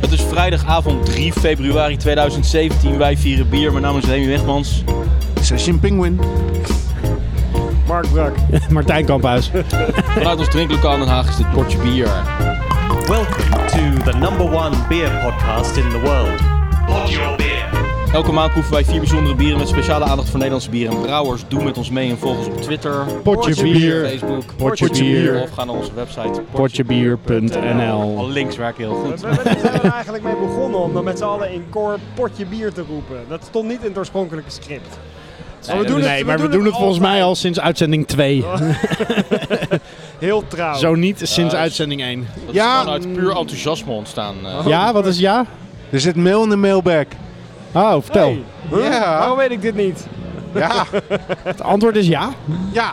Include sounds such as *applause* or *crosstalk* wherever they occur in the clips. Het is vrijdagavond 3 februari 2017. Wij vieren bier. Mijn naam is Remy Wegmans. Session Penguin. Mark Brak. Martijn Kamphuis. Vanuit ons drinklokaal in Den Haag is dit potje bier. Welcome to the number one beer podcast in the world. Pod your beer. Elke maand proeven wij vier bijzondere bieren met speciale aandacht voor Nederlandse bieren en brouwers. Doe met ons mee en volg ons op Twitter, Potje bier. Facebook, Potje bier. of ga naar onze website Al Potjebier.nl links werken heel goed. Waar waar zijn we eigenlijk mee begonnen om dan met z'n allen in koor potje bier te roepen? Dat stond niet in het oorspronkelijke script. Maar we doen het- Nee, maar we doen het volgens mij al sinds uitzending 2. Oh. Heel trouw. Zo niet sinds Ja, uitzending 1. Dat Ja. is gewoon uit puur enthousiasme ontstaan. eh. Ja, wat is ja? Er zit mail in de mailbag. Oh, vertel. Hey, huh? Ja. Waarom weet ik dit niet? Ja, Het antwoord is ja. ja.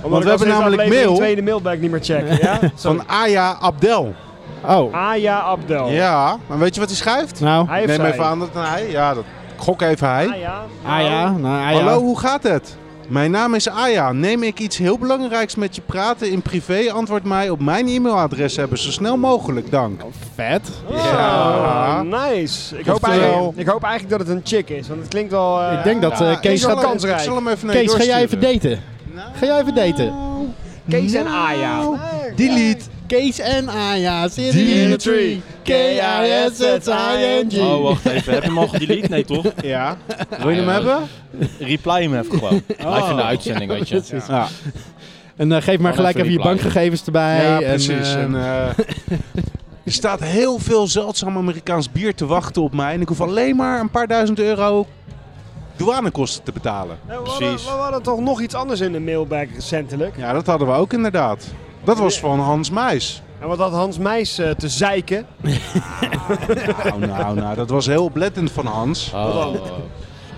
we Omdat ik al hebben sinds namelijk aflevering mail. tweede mailbag niet meer checken, ja? *laughs* Van Aya Abdel. Oh, Aya Abdel. Ja, maar weet je wat hij schrijft? nou. Hij heeft Neem zij. even aan dat hij. Ja, dat gok even hij. Aya. Ah ja, nou, ah, ja. Hallo, hoe gaat het? Mijn naam is Aya. Neem ik iets heel belangrijks met je praten in privé? Antwoord mij op mijn e-mailadres hebben. Zo snel mogelijk, dank. Vet. Oh, Ja. Nice. Ik hoop, Oftewel- eigenlijk, ik hoop eigenlijk dat het een chick is, want het klinkt wel... eh, Ik denk dat eh, Ja, ik Kees zal gaat... hem- kansrijk. Ik zal hem even naar je Kees, ga jij even doorsturen. Nou. daten? Ga jij even daten? Kees en Aya. Nou, Nee. Delete. Kees en Aja zitten Die- in de tree. Oh, K-I-S-S-I-N-G. wacht even. Heb je hem *laughs* al gedelete? Nee, toch? Ja. Wil je hem Ja. hebben? Reply hem even gewoon. Even in de uitzending, weet je. Ja. En eh, geef maar Gewoon gelijk even even je reply. bankgegevens erbij. Ja, en, precies. eh, En, eh, *laughs* er staat heel veel zeldzaam Amerikaans bier te wachten op mij. En ik hoef alleen maar een paar duizend euro douanekosten te betalen. We hadden- Precies. We hadden toch nog iets anders in de mailbag recentelijk. Ja, dat hadden we ook inderdaad. Dat was van Hans Muis. En wat had Hans Meijs eh, te zeiken? Nou, nou, nou, dat was heel oplettend van Hans. Oh.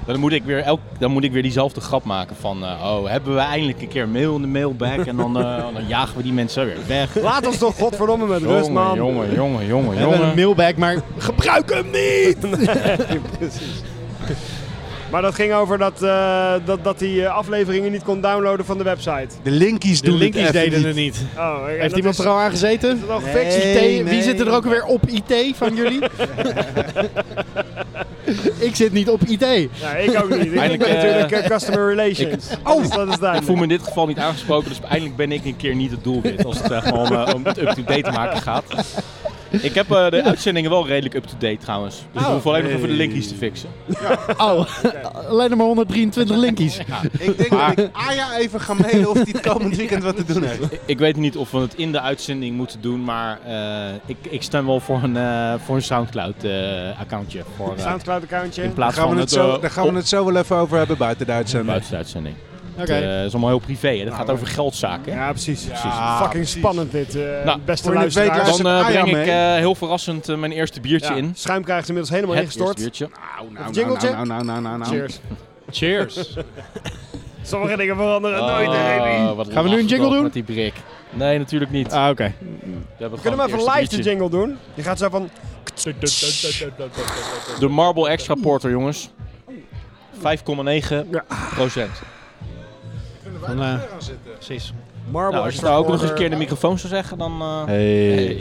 Dan moet, ik weer elk, dan moet ik weer diezelfde grap maken van, eh, oh, hebben we eindelijk een keer mail in de mailbag en dan, eh, dan jagen we die mensen weer weg. Laat ons toch godverdomme met rust, man. jongen, jongen, jongen, we hebben een mailbag, maar gebruik hem niet! Precies. Maar dat ging over dat, eh, dat, dat hij eh, afleveringen niet kon downloaden van de website. De linkies De doen linkies het even deden niet. het niet. Oh, en Heeft dat iemand is- er al aan gezeten? is dat al Nee. gefixt? IT, nee. Wie zit er ook weer op IT van jullie? *laughs* ik zit niet op IT. Ja, ik ook niet. Ik ben Eindelijk, eh, natuurlijk eh, customer relations. oh, dus dat is Ik voel duidelijk. me in dit geval niet aangesproken, dus eindelijk ben ik een keer niet het doelwit als het echt om, eh, om het up-to-date te maken gaat. Ik heb eh, de uitzendingen wel redelijk up-to-date trouwens, Oh. dus ik hoef alleen nog even de linkies te fixen. *laughs* Oh, alleen nog maar 123 linkies. Ik denk dat ik Aya even ga mailen of die het komend weekend wat te doen heeft. Ik weet niet of we het in de uitzending moeten doen, maar eh, ik, ik stem wel voor een, eh, voor een Soundcloud-accountje. voor eh, Soundcloud accountje. in plaats Daar van gaan, we het zo, eh, daar gaan we het zo wel even over hebben buiten de uitzending. buiten de uitzending. Oké. Het eh, is allemaal heel privé. Hè? Dat gaat over geldzaken. Ja, precies. Ja, Fucking precies. spannend dit. eh, Nou, beste voor je het weet luisteraars. luister- Dan eh, Ah, ja, breng ik mee. eh, heel verrassend eh, mijn eerste biertje Ja, in. Schuim krijgt ze inmiddels helemaal Het eerste ingestort. biertje. Nou, nou, nou, Of jingletje? nou, nou, nou, nou, nou. Cheers. Cheers. Sommige dingen veranderen Oh, nooit, Remy. Eh, wat Gaan we nu een jingle lach doen? Met die brik. Nee, natuurlijk niet. Ah, oké. we hebben Kunnen we gewoon even het live eerste de biertje. Nou, jingle doen? Je gaat zo van... De Marble Extra Porter, jongens. 5,9 Ja. procent. Dan, eh, precies. Marble Nou, als je Extra nou ook nog eens een Porter. keer in de microfoon zou zeggen, dan... eh, hey.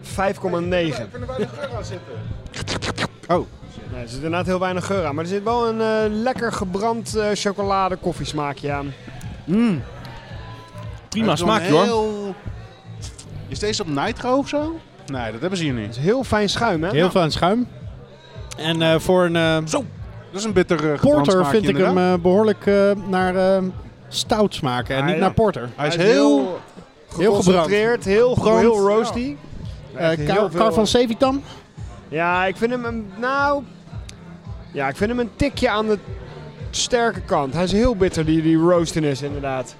5,9. Oh. Nee, er zit inderdaad heel weinig geur aan, maar er zit wel een eh, lekker gebrand eh, chocolade koffiesmaakje aan. Prima smaak smaakje hoor. Is deze op Nitro of zo? Nee, dat hebben ze hier Het niet. is heel fijn schuim, hè? Heel veel aan schuim. Nou. En eh, voor een eh, Dat is een bitter eh, gebrand porter smaakje vind ik hem inderdaad. eh, behoorlijk eh, naar eh, stout smaken en Ah, niet ja. naar porter. Hij is heel... eh, heel geconcentreerd, heel, Gebrand. heel roasty. Eh Echt heel Car, veel- Car van Sevitam? Ja, ik vind hem een, nou... Ja, ik vind hem een tikje aan de sterke kant. Hij is heel bitter, die, die roastiness inderdaad.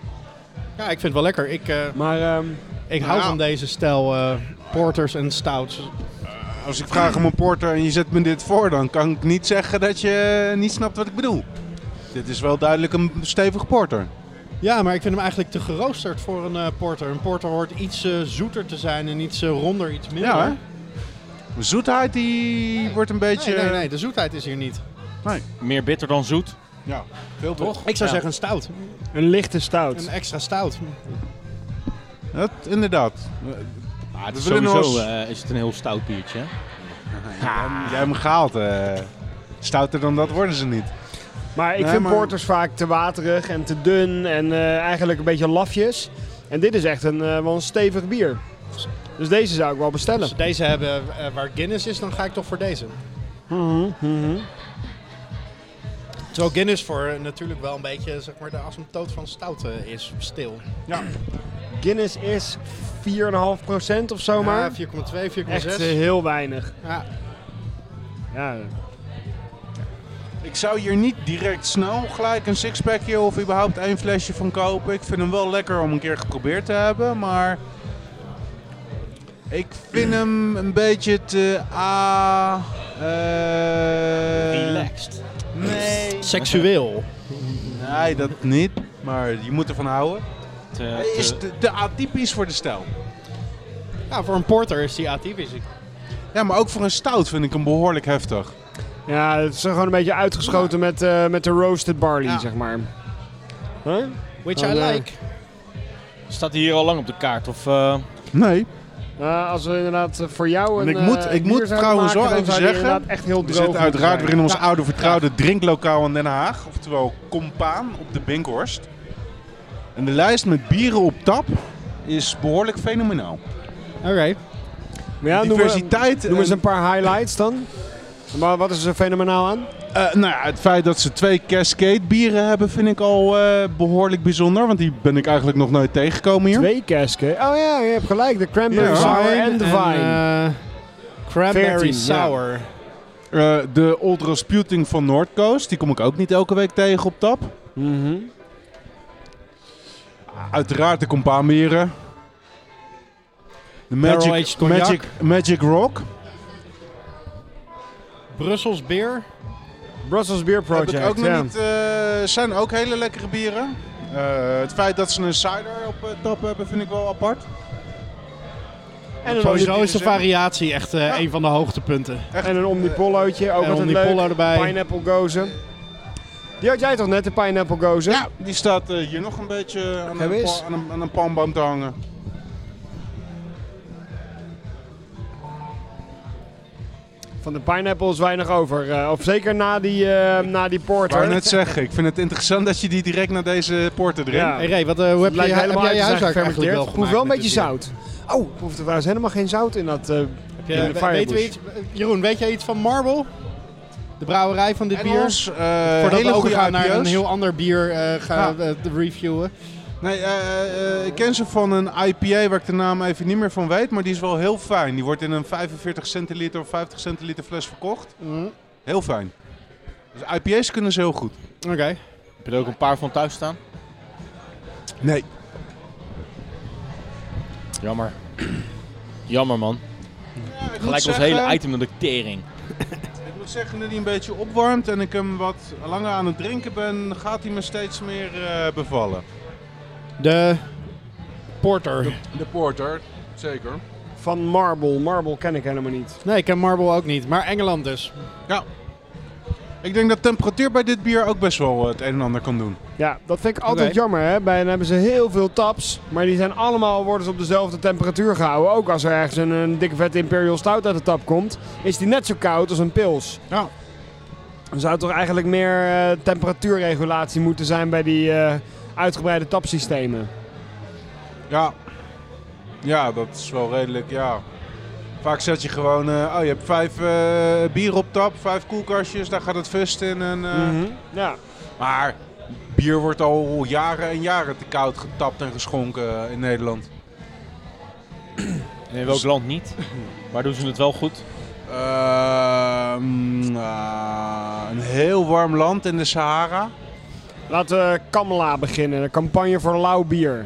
Ja, ik vind het wel lekker. Ik, eh, Maar ehm, ik hou Ja. van deze stijl eh, porters en stouts. Als ik vraag om een porter en je zet me dit voor, dan kan ik niet zeggen dat je niet snapt wat ik bedoel. Dit is wel duidelijk een stevige porter. Ja, maar ik vind hem eigenlijk te geroosterd voor een eh, porter. Een porter hoort iets eh, zoeter te zijn en iets eh, ronder, iets minder. Ja, hè? De zoetheid die wordt een Dus beetje... Nee, nee, nee, de zoetheid is hier niet. Meer bitter dan zoet. Ja, veel toch? Ik zou zeggen een stout. een lichte stout. Een extra stout. Dat, inderdaad. Maar het We is willen Ah, sowieso ons- eh, is het een heel stout biertje. hè? Jij hebt hem gehaald. eh. stouter dan dat worden ze niet. Maar ik Nee, vind maar- porters vaak te waterig en te dun en eh, eigenlijk een beetje lafjes. En dit is echt een, eh, wel een stevig bier. Dus deze zou ik wel bestellen. Als ze deze hebben eh, waar Guinness is, dan ga ik toch voor deze. Mhm, Terwijl Guinness voor eh, natuurlijk wel een beetje zeg maar, de asymptoot van stout eh, is, stil. Guinness is 4,5% of zo maar. Ja, 4,2, 4,6. echt eh, heel weinig. Ja. Ja, Ik zou hier niet direct snel gelijk een sixpackje of überhaupt één flesje van kopen. Ik vind hem wel lekker om een keer geprobeerd te hebben, maar ik vind hem een beetje te a. eh, Relaxed. Nee. Seksueel. Nee, dat niet. Maar je moet ervan houden. Te- Hij te- is te, te atypisch voor de stijl. Ja, voor een porter is die atypisch. Ik- Ja, maar ook voor een stout vind ik hem behoorlijk heftig. ja het is gewoon een beetje uitgeschoten met, eh, met de roasted barley, Ja. zeg maar. Huh? Which Oh, I nee. like. Staat hij hier al lang op de kaart? Of, eh, Nee. Nou, als we inderdaad eh, voor jou En een ik eh, moet- ik bier moet zouden trouwens maken, wel dan even zou die zeggen, inderdaad echt heel We droog zitten uiteraard weer moeten in ons oude vertrouwde drinklokaal in Den Haag. Oftewel Compaan op de Binkhorst. En de lijst met bieren op tap is behoorlijk fenomenaal. Oké. zijn. Maar ja, noem maar- Diversiteit. Noem eens en- een paar highlights dan. Maar wat is er fenomenaal aan? Eh, nou ja, het feit dat ze twee Cascade bieren hebben vind ik al eh, behoorlijk bijzonder. Want die ben ik eigenlijk nog nooit tegengekomen hier. Twee casken. Oh ja, je hebt gelijk. De cranberry Ja. sour en de vine. eh, cranberry 14, ja. sour. Eh, de Old Rasputin van Noordcoast, die kom ik ook niet elke week tegen op tap. Mhm. Uiteraard de Compaanbieren. De Magic, Barrel-aged cognac. Magic, Magic Rock. Brussels beer. Brussels Beer Project. Heb ik ook nog ja. niet. eh, zijn ook hele lekkere bieren. Eh, het feit dat ze een cider op eh, tap hebben vind ik wel apart. En een, Sowieso omni- is de variatie echt eh, een van de hoogtepunten. en een omnipollootje. Ook en altijd omnipollo leuk. erbij. Pineapple gozen. Die had jij toch net, de pineapple gozen? Ja, die staat eh, hier nog een beetje aan, Kijk een, eens. pa- aan, een, aan een palmboom te hangen. Van de pineapple is weinig over. eh, of zeker na die, eh, na die Ik wou porter. net zeggen, ik vind het interessant dat je die direct naar deze poorten drinkt. Ja. Hey Ray, wat, eh, hoe heb, je, Lijkt heb helemaal jij je uit te zijn huiswerk eigenlijk wel gefermenteerd. Proef gemaakt wel een met beetje dit bier? zout. Oh, proef er trouwens helemaal geen zout in dat... eh, Heb je- In de we- Firebush. weten we iets, Jeroen, weet jij iets van Marble? De brouwerij van dit bier? Engels, eh, Voordat we hele goede overgaan naar IPO's. een heel ander bier eh, gaan Ja. eh, te reviewen. Nee, eh, eh, ik ken ze van een IPA waar ik de naam even niet meer van weet, maar die is wel heel fijn. Die wordt in een 45 centiliter of 50 centiliter fles verkocht. Heel fijn. Dus IPA's kunnen ze heel goed. Oké. heb je er ook een paar van thuis staan? Nee. Jammer. Jammer, man. Gelijk Gelijk ons hele item naar de tering. Ik moet zeggen dat hij een beetje opwarmt en ik hem wat langer aan het drinken ben, gaat hij me steeds meer eh, bevallen. De Porter. De porter, zeker. van Marble. Marble ken ik helemaal niet. Nee, ik ken Marble ook niet. Maar Engeland dus. Ja. Ik denk dat temperatuur bij dit bier ook best wel eh, het een en ander kan doen. Ja, dat vind ik altijd Oké. jammer. Hè? Bij hen hebben ze heel veel taps, maar die zijn allemaal worden ze op dezelfde temperatuur gehouden. Ook als er ergens een, een dikke vette Imperial Stout uit de tap komt, is die net zo koud als een pils. Ja. Er zou toch eigenlijk meer eh, temperatuurregulatie moeten zijn bij die eh, uitgebreide tapsystemen. Ja. Ja, dat is wel redelijk, ja. Vaak zet je gewoon, eh, oh je hebt vijf eh bier op tap, vijf koelkastjes, daar gaat het vest in. En, eh, Ja. Maar bier wordt al jaren en jaren te koud getapt en geschonken eh, in Nederland. In welk land niet? Waar doen ze het wel goed? Ehm, eh, een heel warm land in de Sahara. Laten we Kamla beginnen, een campagne voor lauw bier.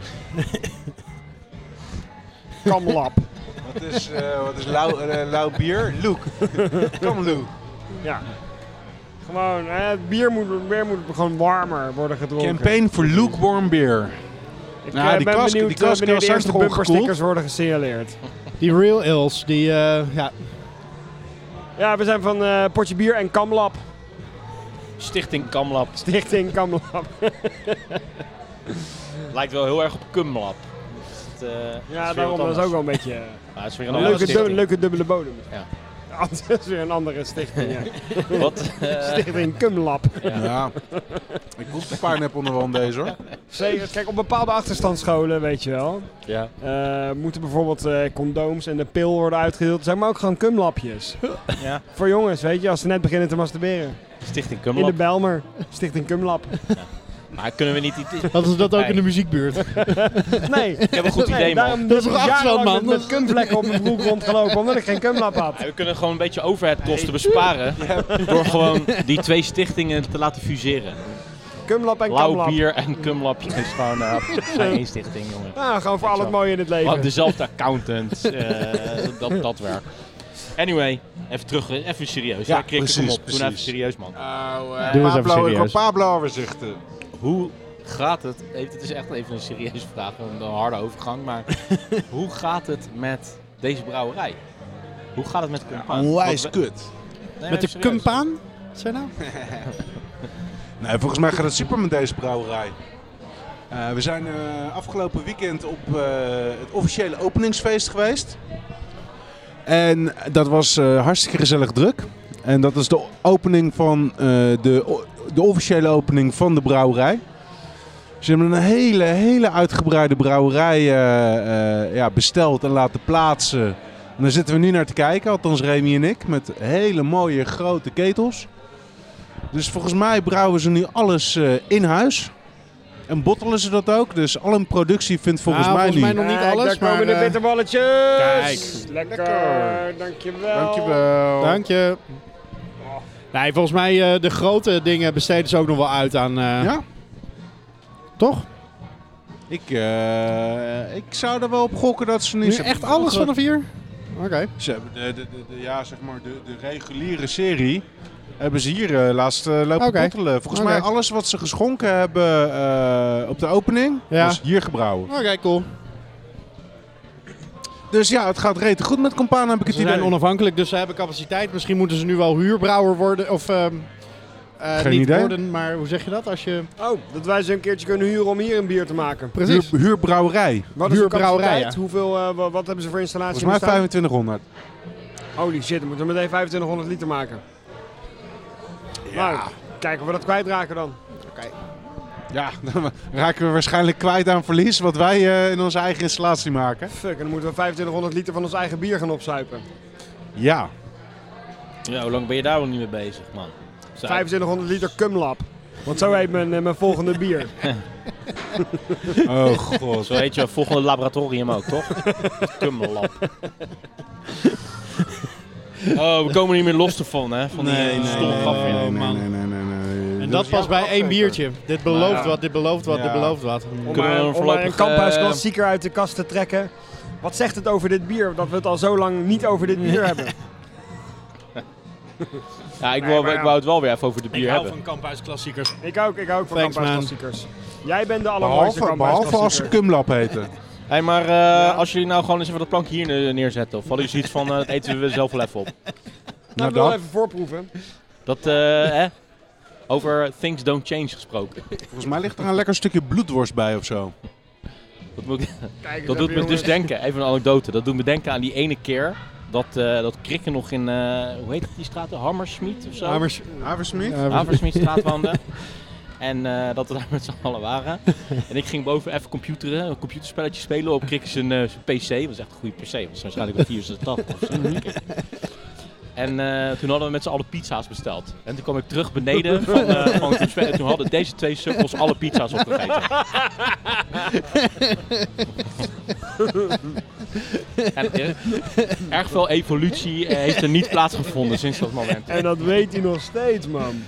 Kamlab. Wat is, eh, wat is lauw, eh, lauw bier? Loek. *laughs* Kom Loek. Ja. Gewoon, hè, het bier moet, bier moet gewoon warmer worden gedronken. Campaign voor lukewarm beer. Ik Nou, eh, die ben kask- benieuwd die eh, kask was wanneer de eerste hartstikke bumperstickers worden gesignaleerd. Die Real Ales. Die, eh, ja. Ja, we zijn van eh, Potje Bier en Kamlab. Stichting Kamlab. *laughs* Stichting Kamlab. Lijkt wel heel erg op Kumlab. Dus het, eh, Ja, weer daarom wat dat is ook anders. wel een beetje... eh, Maar het is weer een een andere leuke, stichting. dubbele, leuke dubbele bodem. Ja. Ah, *laughs* dat is weer een andere *laughs* stichting. ja. Wat? eh, Stichting Cumlab. Ja. Ik hoef een paarnep onderhand deze hoor. Zeker. Kijk, op bepaalde achterstandsscholen, weet je wel, ja. eh, moeten bijvoorbeeld eh, condooms en de pil worden uitgedeeld. Er zijn maar ook gewoon cumlapjes. ja. Voor jongens, weet je, als ze net beginnen te masturberen. Stichting In de Cumlab. Belmer, Stichting Cumlab. Maar kunnen we niet... iets- Hadden ze dat ook Nee. in de muziekbuurt? Nee, Ik heb een goed idee, nee man. daarom Dat is ben ik toch afstand, jarenlang man? met- met cumvlekken op mijn broek rondgelopen, omdat ik geen cumlap had. Ja, we kunnen gewoon een beetje overheadkosten *laughs* besparen. Door gewoon die twee stichtingen te laten fuseren. Cumlab en Blauw cumlap. bier en Cumlabje is gewoon eh, het zijn één stichting, jongen. Ja, gewoon voor al het mooie in het Gewoon leven. Oh, dezelfde accountant. eh, dat, dat werk. Anyway, even terug, eh, even serieus. Ja, Ja, Krikke, precies, kom op. Doe nou even precies. serieus, man. Nou, Doe eens even Pablo, ik hoor serieus. Pablo overzichten. Hoe gaat het? Even, het is echt even een serieuze vraag, een harde overgang. *laughs* Maar hoe gaat het met deze brouwerij? Hoe gaat het met Kumpaan? Onwijs Wat we- kut. Nee, Met de even serieus. kumpaan? Zijn nou? Nee, volgens mij gaat het super met deze brouwerij. Eh, we zijn eh, afgelopen weekend op eh, het officiële openingsfeest geweest. En dat was eh, hartstikke gezellig druk. En dat is de opening van eh, de, o- de officiële opening van de brouwerij. Dus Ze hebben een hele, hele uitgebreide brouwerij eh, eh, ja, besteld en laten plaatsen. En daar zitten we nu naar te kijken, althans Remy en ik, met hele mooie grote ketels. Dus volgens mij brouwen ze nu alles eh, in huis. En bottelen ze dat ook. Dus al hun productie vindt volgens Nou, mij volgens mij nu. nog niet Kijk, alles, daar maar... komen de eh, bitterballetjes. Kijk. Lekker, dankjewel. Oh. Dankjewel. Dank je. Nee, volgens mij eh, de grote dingen besteden ze ook nog wel uit aan... eh, Ja? Toch? Ik, eh, ik zou er wel op gokken dat ze nu... Nu ze hebben echt alles gewoon- vanaf hier? Oké. Ze hebben de, de, de, de- ja, zeg maar de, de reguliere serie hebben ze hier eh, laatst eh, lopen Oké. bottelen. Volgens Oké. mij alles wat ze geschonken hebben eh, op de opening, Ja. was hier gebrouwen. Oké, cool. Dus ja, het gaat rete goed met Compaan, heb ik het Ze zijn idee. onafhankelijk, dus ze hebben capaciteit. Misschien moeten ze nu wel huurbrouwer worden. Of ehm, eh, Geen niet idee. worden, maar hoe zeg je dat? Als je... Oh, dat wij ze een keertje kunnen huren om hier een bier te maken. Huur, huurbrouwerij. Wat is de Huurbrouwerij, capaciteit? ja. Hoeveel, eh, wa- wat hebben ze voor installatie Volgens mij bestaan? 2500. Holy shit, dan moeten we meteen 2500 liter maken. Ja. Nou, kijken of we dat kwijtraken dan. Ja, *laughs* dan raken we waarschijnlijk kwijt aan verlies wat wij eh, in onze eigen installatie maken. Fuck, en dan moeten we 2500 liter van ons eigen bier gaan opzuipen. Ja. Ja, hoe lang ben je daar al niet mee bezig, man? Zo. 2500 liter cumlap. Want zo heet mijn, eh, mijn *laughs* volgende bier. Oh god. *laughs* Zo heet je volgende laboratorium ook, *laughs* toch? Het Kummellab. Oh, we komen niet meer los ervan, hè? Van die Nee, eh, nee, stomme nee, grapje. nee, nee, man. nee, nee, nee, nee. En Dus- dat pas bij één biertje. Dit belooft Ja. wat, dit belooft wat, dit Ja. belooft wat. Om Kunnen we maar, een om maar een voorlopig, kamphuisklassieker uit de kast te trekken. Wat zegt het over dit bier? Dat we het al zo lang niet over dit *laughs* bier hebben. Ja, ik Nee, wou, maar ik ja. wou het wel weer even over de bier hebben. kamphuisklassiekers. Ik ook, ik ook van Thanks, man. kamphuisklassiekers. Jij bent de allermooiste Behalve, behalve als ze kamphuisklassieker. Cumlab heten. hey, maar eh, als jullie nou gewoon eens even dat plankje hier ne- neerzetten, of hadden jullie zoiets van, eh, dat eten we zelf wel even op? Nou, Nou, ik wil wel dat. even voorproeven. Dat, eh, hè? Over things don't change gesproken. Volgens mij ligt er een lekker stukje bloedworst bij of zo. Dat, moet ik- Kijk eens dat even, doet me dus jongens. denken, even een anekdote, dat doet me denken aan die ene keer dat, eh dat Krikken nog in, eh, hoe heet het die straat, Hammersmiet of zo? Hamers, Haversmiet? Haversmietstraat woonde. En eh, dat we daar met z'n allen waren. En ik ging boven even computeren, een computerspelletje spelen op Krikken zijn eh, zijn PC. Dat was echt een goede PC, dat was waarschijnlijk een 84 of zo. En eh, toen hadden we met z'n allen pizza's besteld. En toen kwam ik terug beneden van, eh, van het spel. En toen hadden deze twee sukkels alle pizza's opgegeten. en, eh, erg veel evolutie eh, heeft er niet plaatsgevonden sinds dat moment. En dat weet hij nog steeds, man.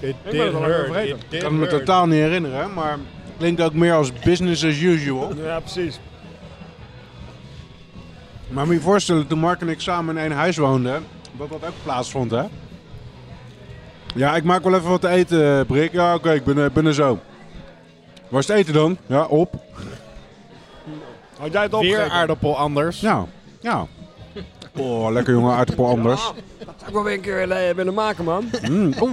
Ik ben het al lang vergeten. Ik kan me totaal niet herinneren, maar klinkt ook meer als business as usual. Ja, precies. Maar moet je je voorstellen, toen Mark en ik samen in één huis woonden, dat dat ook plaatsvond, hè? Ja, ik maak wel even wat te eten, eh, Brik. Ja, oké, ik ben, eh, ben er zo. Waar is het eten dan? Ja, op. Had jij het Weer opgegeten? aardappel anders. Ja, ja. Oh, lekker jongen, aardappel anders. Dat zou ik wel weer een keer eh, willen *laughs* maken, man. Mm, oh,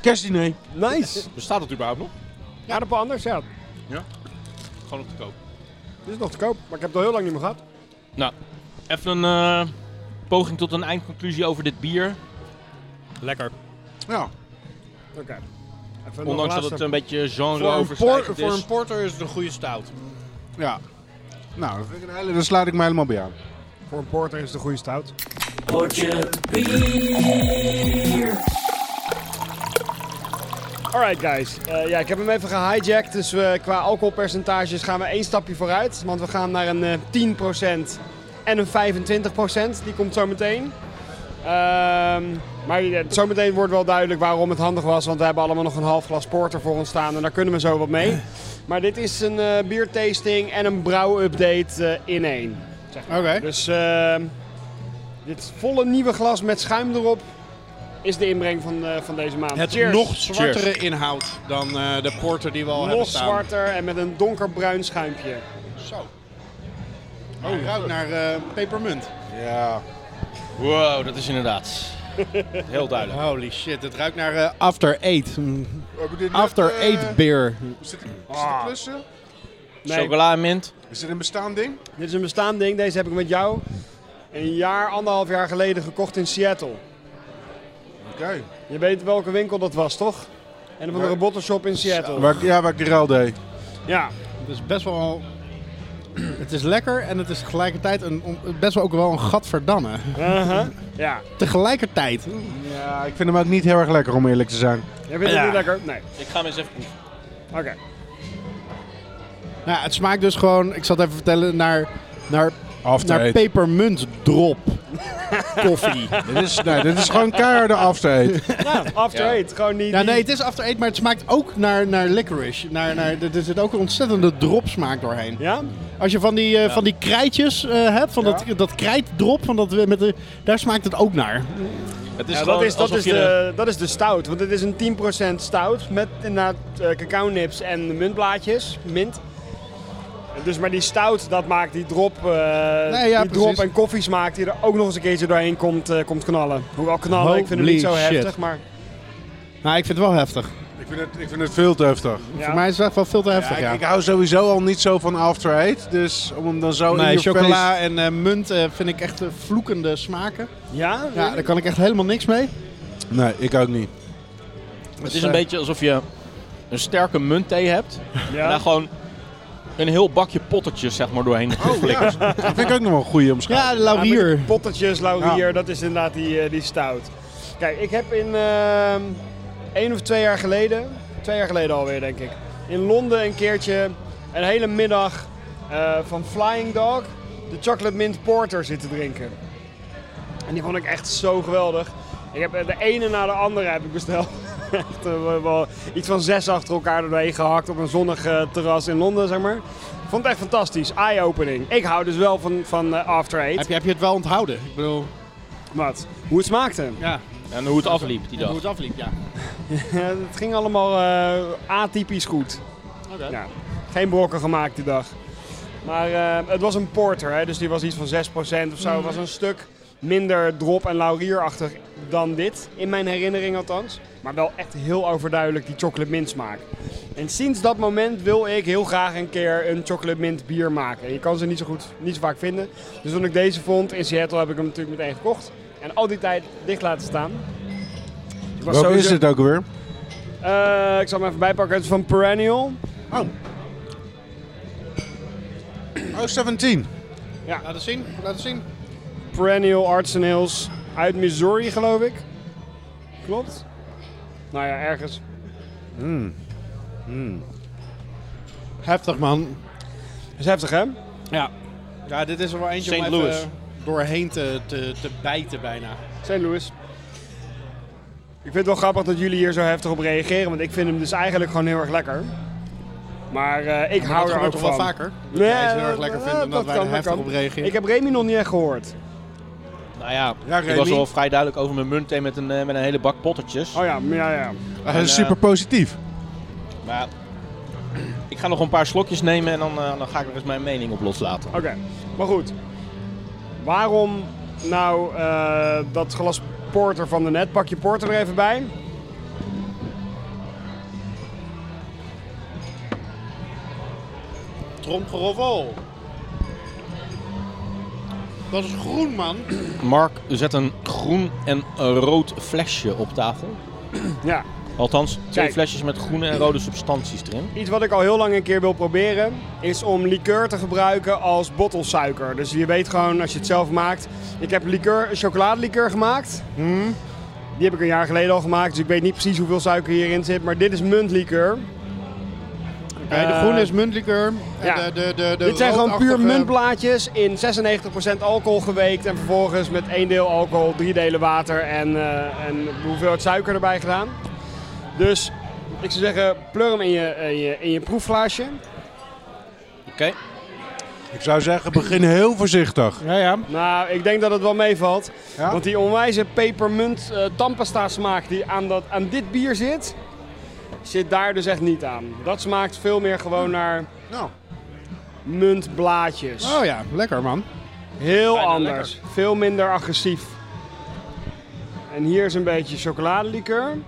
kerstdiner. Nice. Bestaat het überhaupt nog? Aardappel anders, ja. Gewoon op te koop. Dit is nog te koop, maar ik heb het al heel lang niet meer gehad. Even een eh, poging tot een eindconclusie over dit bier. Lekker. Ja, Oké. Even nog Ondanks dat laatste. het een beetje genre Voor een, por- overstijgend voor is. een porter is het een goede stout. ja. Nou, dat vind ik een hele, daar sluit ik me helemaal bij aan. Voor een porter is het een goede stout. Alright guys, Eh, ja, ik heb hem even gehijacked, dus we, qua alcoholpercentages gaan we één stapje vooruit. Want we gaan naar een eh, 10% en een 25%, die komt zo meteen. Ehm, maar ja, zometeen wordt wel duidelijk waarom het handig was, want we hebben allemaal nog een half glas porter voor ons staan en daar kunnen we zo wat mee. Maar dit is een eh biertasting en een brouwupdate eh, in één. Oké. Dus ehm, dit volle nieuwe glas met schuim erop is de inbreng van, eh, van deze maand. Het Cheers. nog zwartere inhoud dan eh, de porter die we al hebben nog staan. zwarter en met een donkerbruin schuimpje. Zo. Oh, ruikt naar eh, pepermunt. Ja. Wow, dat is inderdaad heel duidelijk. Holy shit, het ruikt naar eh, after eight. Mm. We hebben dit net, After eh, eight beer. Zit er, is er Ah. klussen? Nee, Chocola en mint. Is er een bestaand ding? dit is een bestaand ding. Deze heb ik met jou een jaar, anderhalf jaar geleden gekocht in Seattle. Oké. Je weet welke winkel dat was, toch? En van de Ja. bottleshop in Seattle. Waar ik- ja, waar ik de ruil deed. Ja, Het is best wel... Het is lekker en het is tegelijkertijd een, om- best wel ook wel een gat verdammen. uh-huh. ja. Tegelijkertijd. Ja, ik vind hem ook niet heel erg lekker om eerlijk te zijn. Jij vindt het Ja. niet lekker? Nee. Ik ga hem eens even proeven. Oké. Nou, het smaakt dus gewoon, ik zal het even vertellen, naar, naar, After naar eight. pepermuntdrop koffie. Dit is, nee, dit is gewoon keiharde after *laughs* eight. Ja, after Ja. eight. Gewoon niet... Ja, nee, niet- het is after eight, maar het smaakt ook naar, naar licorice. Naar, naar, er er zit ook een ontzettende dropsmaak doorheen. Ja? Als je van die, eh, van die krijtjes eh, hebt, van dat, dat krijtdrop, van dat, we- met de, daar smaakt het ook naar. Het is Ja, dat, gewoon is, dat, alsof is je de- de, dat is de stout, want het is een 10% stout met inderdaad eh cacao-nips en muntblaadjes, mint. Dus maar die stout, dat maakt die drop, eh, Nee, ja, die drop precies. en koffiesmaak die er ook nog eens een keertje doorheen komt, eh, komt knallen. Hoewel knallen, ik vind hem niet zo Holy shit. heftig, maar Nou, ik vind het wel heftig. *laughs* Ik vind het, ik vind het veel te heftig. ja. Voor mij is het echt wel veel te Ja, heftig, ik, ja. ik hou sowieso al niet zo van after eight. Dus om hem dan zo in Nee, je face... chocola en eh, munt eh, vind ik echt eh, vloekende smaken. Ja? Ja, daar kan ik echt helemaal niks mee. Dus, eh, Nee, ik ook niet. Oh, Het is een beetje alsof je een sterke muntthee hebt. En daar ja. gewoon een heel bakje pottertjes zeg maar doorheen geflikkerd. Dat vind ik ook nog wel een goede omschrijving. Ja, laurier. Pottetjes, laurier, dat is inderdaad die, eh, die stout. Kijk, ik heb in ehm één of twee jaar geleden, twee jaar geleden alweer denk ik, in Londen een keertje een hele middag eh, van Flying Dog de chocolate mint porter zitten drinken. En die vond ik echt zo geweldig. Ik heb eh, de ene na de andere heb ik besteld. *laughs* Echt eh, wel iets van zes achter elkaar doorheen gehakt op een zonnig eh, terras in Londen, zeg maar. Ik vond het echt fantastisch. Eye-opening. Ik hou dus wel van, van eh, After Eight. Heb je, heb je het wel onthouden? Ik bedoel, Wat? Hoe het smaakte? ja, En hoe het afliep die dag. hoe het afliep, ja. *laughs* het ging allemaal eh, atypisch goed. Oké. Ja, geen brokken gemaakt die dag. Maar eh, het was een porter, hè, dus die was iets van 6% of zo. Het was een stuk minder drop- en laurierachtig dan dit, in mijn herinnering althans. Maar wel echt heel overduidelijk die chocolate mint smaak. En sinds dat moment wil ik heel graag een keer een chocolate mint bier maken. En je kan ze niet zo goed, niet zo vaak vinden. Dus toen ik deze vond in Seattle heb ik hem natuurlijk meteen gekocht. En al die tijd dicht laten staan. Dus ik was Welke is sowieso- dit ook weer? eh, ik zal hem even bijpakken. Het is van Perennial. Oh, 17. Laat het zien, laat het zien. Perennial Arts and Ales uit Missouri, geloof ik. Klopt? Nou ja, ergens. Heftig, man. Is heftig, hè? Ja, dit is er wel eentje St. om Louis. even doorheen te, te, te bijten bijna. St. Louis. Ik vind het wel grappig dat jullie hier zo heftig op reageren, want ik vind hem dus eigenlijk gewoon heel erg lekker. Maar eh, ik hou dat gebeurt er ook van. toch wel vaker? Dat Nee, jij ze heel erg eh, lekker eh, vindt en dat wij kan, er heftig kan. op reageren. Ik heb Remy nog niet echt gehoord. Nou ja, ik Remy. was al vrij duidelijk over mijn munthee met een, eh, met een hele bak pottertjes. Oh ja, maar ja, ja. Hij is super positief. Maar *clears throat* ik ga nog een paar slokjes nemen en dan, eh, dan ga ik er eens mijn mening op loslaten. Oké, maar goed. Waarom nou eh, dat glas porter van de net? Pak je porter er even bij. Tromgeroffel. Dat is groen, man. Mark zet een groen en een rood flesje op tafel. Ja. Althans, twee Kijk. flesjes met groene en rode substanties erin. Iets wat ik al heel lang een keer wil proberen, is om liqueur te gebruiken als bottelsuiker. Dus je weet gewoon, als je het zelf maakt. Ik heb liqueur, chocoladeliqueur gemaakt. Die heb ik een jaar geleden al gemaakt, dus ik weet niet precies hoeveel suiker hierin zit. Maar dit is muntliqueur. Nee, de Eh, groen is muntlikeur. ja. De, de, de, de dit zijn gewoon puur roodachtige- muntblaadjes in 96% alcohol geweekt. En vervolgens met één deel alcohol, drie delen water en, eh, en hoeveelheid suiker erbij gedaan. Dus ik zou zeggen, pleur hem in je, in je, in je proefflaasje. Oké. Ik zou zeggen, begin heel voorzichtig. Ja, ja. Nou, ik denk dat het wel meevalt. Ja? Want die onwijze pepermunt eh tandpasta smaak die aan, dat, aan dit bier zit, zit daar dus echt niet aan. Dat smaakt veel meer gewoon naar Nou. muntblaadjes. Oh ja, lekker man. Heel Bijna anders. Veel minder agressief. En hier is een beetje chocoladeliqueur.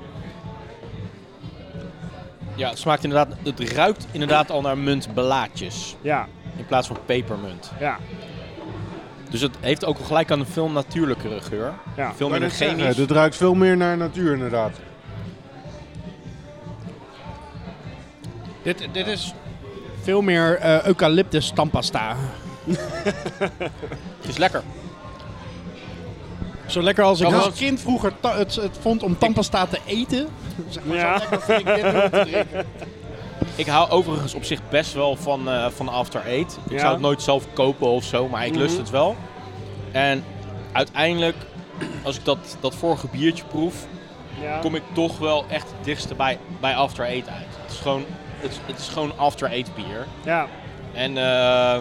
Ja, het smaakt inderdaad, het ruikt inderdaad al naar muntblaadjes Ja, in plaats van pepermunt. ja. Dus het heeft ook gelijk aan een veel natuurlijkere geur. Ja. Veel minder Maar dat chemisch. zeggen, dit ruikt veel meer naar natuur inderdaad. Dit, dit is veel meer eh, eucalyptus tandpasta. Het is lekker. Zo lekker als ik Oh, als wat- kind vroeger ta- het, het vond om tandpasta te eten. Zeg maar, Ja. Zo lekker vind ik dit nu om te drinken. Ik hou overigens op zich best wel van, eh, van After Eight. Ik Ja. Mhm. zou het nooit zelf kopen of zo, maar ik lust het wel. En uiteindelijk, als ik dat, dat vorige biertje proef, ja. kom ik toch wel echt het dichtste bij, bij After Eight uit. Het is gewoon, het, is- het is gewoon After Eight bier. ja. En eh,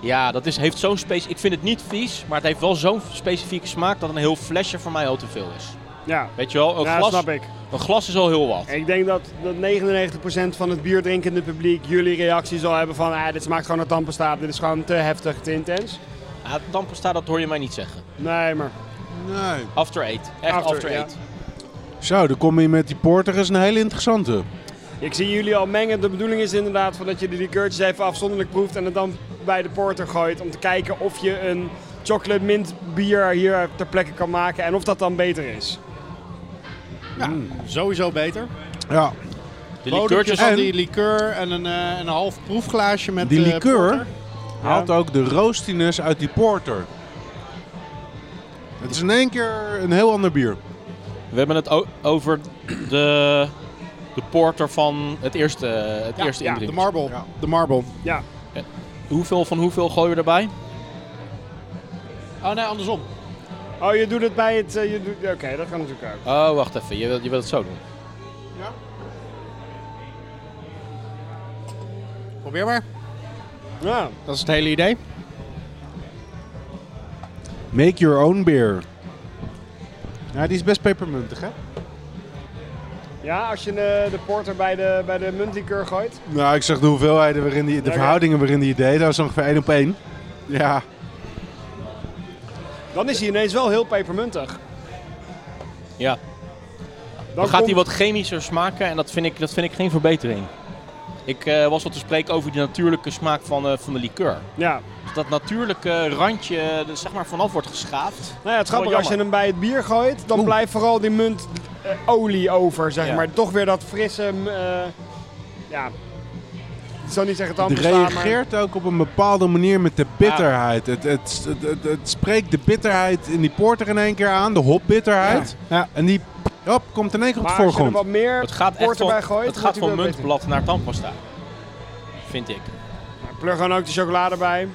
ja, dat is, heeft zo'n space. Ik vind het niet vies, maar het heeft wel zo'n specifieke smaak dat een heel flesje voor mij al te veel is. ja. Weet je wel, een, Ja, glas, snap ik. een glas is al heel wat. Ik denk dat, dat 99% van het bierdrinkende publiek jullie reactie zal hebben van ah, dit smaakt gewoon naar tandpasta, dit is gewoon te heftig, te intens. Ah, Tandpasta, dat hoor je mij niet zeggen. Nee, maar Nee. After Eight. Echt After, After, ja. Eight. Zo, dan kom je met die porter is een hele interessante. ik zie jullie al mengen. De bedoeling is inderdaad van dat je de liqueurtjes even afzonderlijk proeft en het dan bij de porter gooit om te kijken of je een chocolate mint bier hier ter plekke kan maken en of dat dan beter is. Ja, sowieso beter. Ja. De Bodempje liqueurtjes van en- die liqueur en een, eh, een half proefglaasje met Die eh, liqueur? porter. Haalt ook de roastiness uit die porter. Het is in één keer een heel ander bier. We hebben het o- over de, de porter van het eerste, het Ja, eerste ja, indrink. De marble. Ja. De marble. Ja, hoeveel van hoeveel gooien we erbij? Oh nee, andersom. Oh, je doet het bij het. eh, je doet- Oké, dat kan natuurlijk ook. Oh, wacht even. Je wilt, je wilt het zo doen. Probeer maar. Ja. Dat is het hele idee. Make your own beer. Ja, die is best pepermuntig, hè? ja, als je eh, de, de porter bij de, bij de muntlikeur gooit. Nou, ik zag de hoeveelheden waarin die, de Lekker. verhoudingen waarin die het deed. Dat was ongeveer één op één. Ja. Dan is hij ineens wel heel pepermuntig. Oh, Ja. Dan Dan gaat hij komt- wat chemischer smaken en dat vind ik, dat vind ik geen verbetering. Ik eh, was al te spreken over die natuurlijke smaak van, eh, van de liqueur. Ja. Dus dat natuurlijke randje eh, er zeg maar vanaf wordt geschaafd. Nou ja, het grappige, Wel als je hem bij het bier gooit, dan blijft vooral die munt eh, olie over, zeg Ja. maar. Toch weer dat frisse, m, eh, ja, ik zal niet zeggen het Het amper slaan, maar- reageert ook op een bepaalde manier met de bitterheid. Het, het, het, het, het spreekt de bitterheid in die porter in één keer aan. De hopbitterheid. Ja. En die hop, komt in één keer op de Maar als je er voorgrond. wat meer Het gaat echt port erbij van, gooit, het gaat van muntblad. muntblad naar tandpasta. Vind ik. Plug gewoon ook de chocolade bij.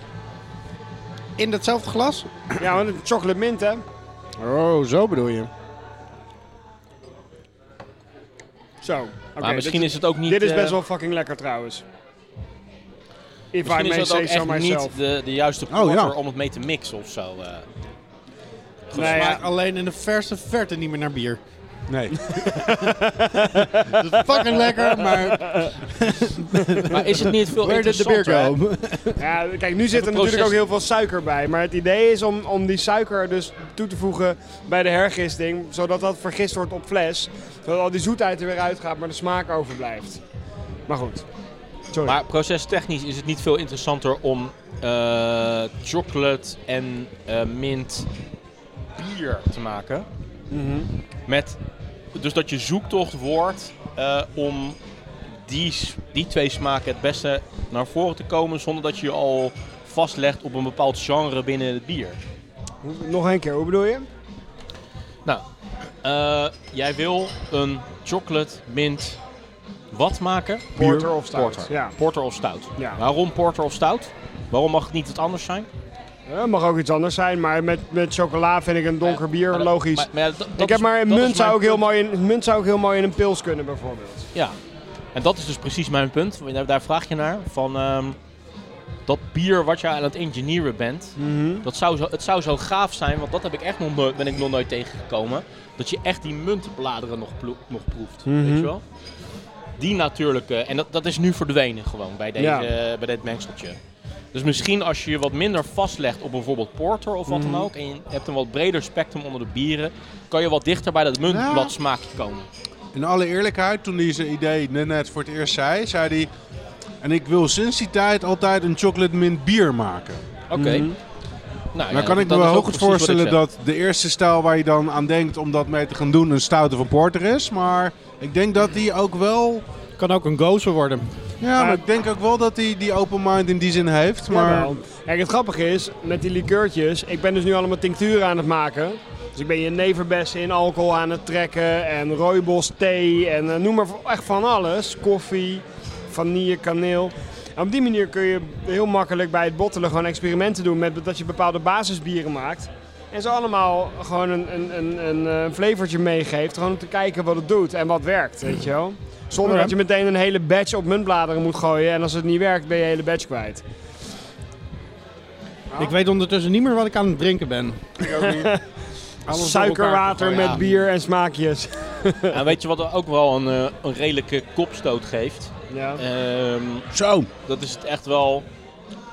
In datzelfde glas? Ja, want het is chocolate mint, hè. Oh, zo bedoel je. Zo. Oké, maar misschien dit, is het ook niet... Dit is eh, best wel fucking lekker trouwens. If I Misschien is may dat say ook so echt myself. niet de, de juiste ja. porter om het mee te mixen of zo. eh. Nee, Nou ja. Smaakt alleen in de verste verte niet meer naar bier. Nee. Dat is fucking lekker, maar Maar is het niet *laughs* veel where did the beer interessanter? hè? go? Ja, kijk, nu zit er proces- natuurlijk ook heel veel suiker bij. Maar het idee is om, om die suiker dus toe te voegen bij de hergisting. Zodat dat vergist wordt op fles. Zodat al die zoetheid er weer uitgaat, maar de smaak overblijft. Maar goed. *laughs* Sorry. Maar procestechnisch is het niet veel interessanter om eh, chocolate en eh, mint bier te maken. Met, dus dat je zoektocht wordt eh, om die, s- die twee smaken het beste naar voren te komen zonder dat je je al vastlegt op een bepaald genre binnen het bier. Hoe- Nog een keer, hoe bedoel je? Nou, eh, jij wil een chocolate mint wat maken? Porter of stout. Porter. Ja. Porter of stout. Ja. Waarom porter of stout? Waarom mag het niet wat anders zijn? Ja, mag ook iets anders zijn, maar met, met chocola vind ik een donker bier Maar dat- logisch. maar- maar ja, dat- dat ik heb is- maar een dat is munt zou, mijn ook heel punt. mooi in, munt zou ook heel mooi in een pils kunnen bijvoorbeeld. Ja, en dat is dus precies mijn punt. want daar- Daar vraag je naar. Van ehm, dat bier wat je aan het engineeren bent, dat zou zo, het zou zo gaaf zijn, want dat heb ik echt nog nooit, ben ik nog nooit tegengekomen. Dat je echt die muntbladeren nog, plo- nog proeft. Weet je wel? Die natuurlijke, en dat, dat is nu verdwenen gewoon bij, deze, Ja. bij dit mengseltje. Dus misschien als je je wat minder vastlegt op bijvoorbeeld porter of wat dan ook, en je hebt een wat breder spectrum onder de bieren, kan je wat dichter bij dat muntblad smaakje komen. In alle eerlijkheid, toen hij zijn idee net, net voor het eerst zei, zei hij... En ik wil sinds die tijd altijd een chocolate mint bier maken. Oké. Nou, Nou kan ik me wel heel goed voorstellen dat de eerste stijl waar je dan aan denkt om dat mee te gaan doen een stoute van Porter is. Maar ik denk dat die ook wel... Kan ook een gozer worden. Ja, maar ik denk ook wel dat hij die open mind in die zin heeft. Maar Jawel. Kijk, het grappige is, met die liqueurtjes, ik ben dus nu allemaal tincturen aan het maken. Dus ik ben je neverbessen in alcohol aan het trekken en rooibos thee en eh, noem maar v- echt van alles. Koffie, vanille, kaneel. En op die manier kun je heel makkelijk bij het bottelen gewoon experimenten doen met dat je bepaalde basisbieren maakt. En ze allemaal gewoon een, een, een, een eh, flavortje meegeeft, gewoon om te kijken wat het doet en wat werkt, weet je wel. Zonder dat je meteen een hele batch op muntbladeren moet gooien en als het niet werkt ben je je hele batch kwijt. Ik weet ondertussen niet meer wat ik aan het drinken ben. Alles door Suikerwater elkaar met gegooid. Ja. bier en smaakjes. En weet je wat er ook wel een, eh, een redelijke kopstoot geeft? Ja. Ehm, *laughs* zo. dat is het echt wel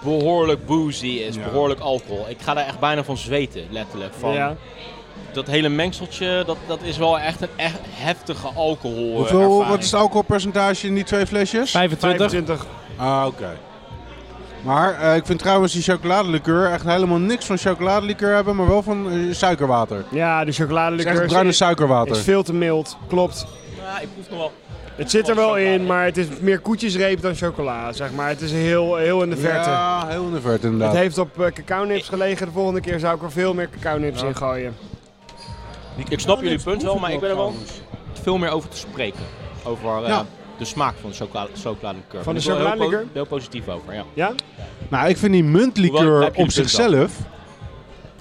behoorlijk boozy is, Ja. behoorlijk alcohol. Ik ga daar echt bijna van zweten, letterlijk. Van Ja. Dat hele mengseltje, dat, dat is wel echt een echt heftige alcohol eh, Hoeveel, ervaring. wat is het alcoholpercentage in die twee flesjes? 25. 25. Ah, oké. Maar eh, ik vind trouwens die chocoladelikeur echt helemaal niks van chocoladelikeur hebben, maar wel van eh, suikerwater. Ja, de Het is echt chocoladelikeur bruine is, suikerwater. is veel te mild. Klopt. Ja, ik proef nog wel. Het zit er wel in, maar het is meer koetjesreep dan chocola, zeg maar. Het is heel, heel in de verte. Ja, heel in de verte inderdaad. Het heeft op eh, cacao-nips gelegen. De volgende keer zou ik er veel meer cacao-nips in gooien. Oh, Ik snap jullie punt wel, maar ik ben er wel veel meer over te spreken. Over eh, Ja. de smaak van de chocola chocoladeliqueur. Van de Ik ben er heel po- chocoladeliqueur? Heel positief over, ja. Ja? Nou, ik vind die Hoewel, muntlikeur heb je op de punt zichzelf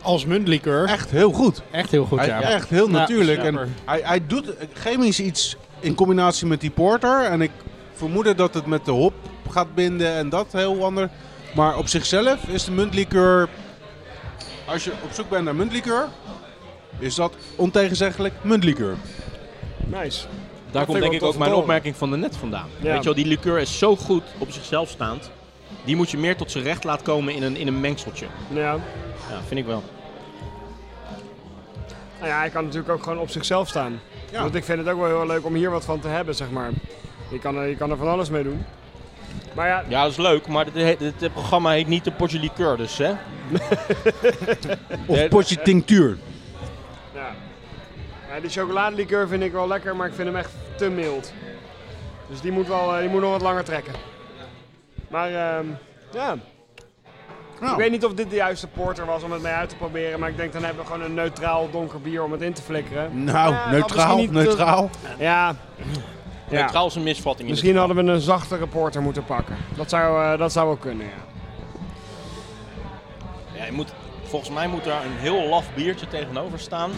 Als muntlikeur. echt heel goed. Echt heel goed, Hij, ja. Echt heel Ja, natuurlijk. snapper. En hij, hij doet chemisch iets in combinatie met die porter. En ik vermoed dat het met de hop gaat binden en dat heel ander. Maar op zichzelf is de muntlikeur... Als je op zoek bent naar muntlikeur, is dat ontegenzeggelijk muntlikeur. Nice. Daar vind komt denk ik wel ik tof ook te mijn horen. opmerking van de net vandaan. Ja. Weet je wel, die liqueur is zo goed op zichzelf staand. Die moet je meer tot zijn recht laten komen in een, in een mengseltje. Ja. Ja, vind ik wel. Nou ja, hij kan natuurlijk ook gewoon op zichzelf staan. Ja. Want ik vind het ook wel heel leuk om hier wat van te hebben, zeg maar. Je kan er, je kan er van alles mee doen. Maar ja, Ja, dat is leuk, maar dit, heet- dit, programma heet niet de potje liqueur dus, hè? Of potje tinctuur. Ja. ja die chocoladelikeur vind ik wel lekker, maar ik vind hem echt te mild. Dus die moet, wel, eh, die moet nog wat langer trekken. Maar ehm, ja, Nou. ik weet niet of dit de juiste porter was om het mee uit te proberen. Maar ik denk dan hebben we gewoon een neutraal donker bier om het in te flikkeren. Nou, Ja, neutraal, misschien eh, niet, neutraal. Ja, ja. Neutraal is een misvatting. in dit misschien hadden we een zachtere porter moeten pakken. Dat zou, eh, dat zou wel kunnen, ja. geval. Ja, je moet, volgens mij moet daar een heel laf biertje tegenover staan.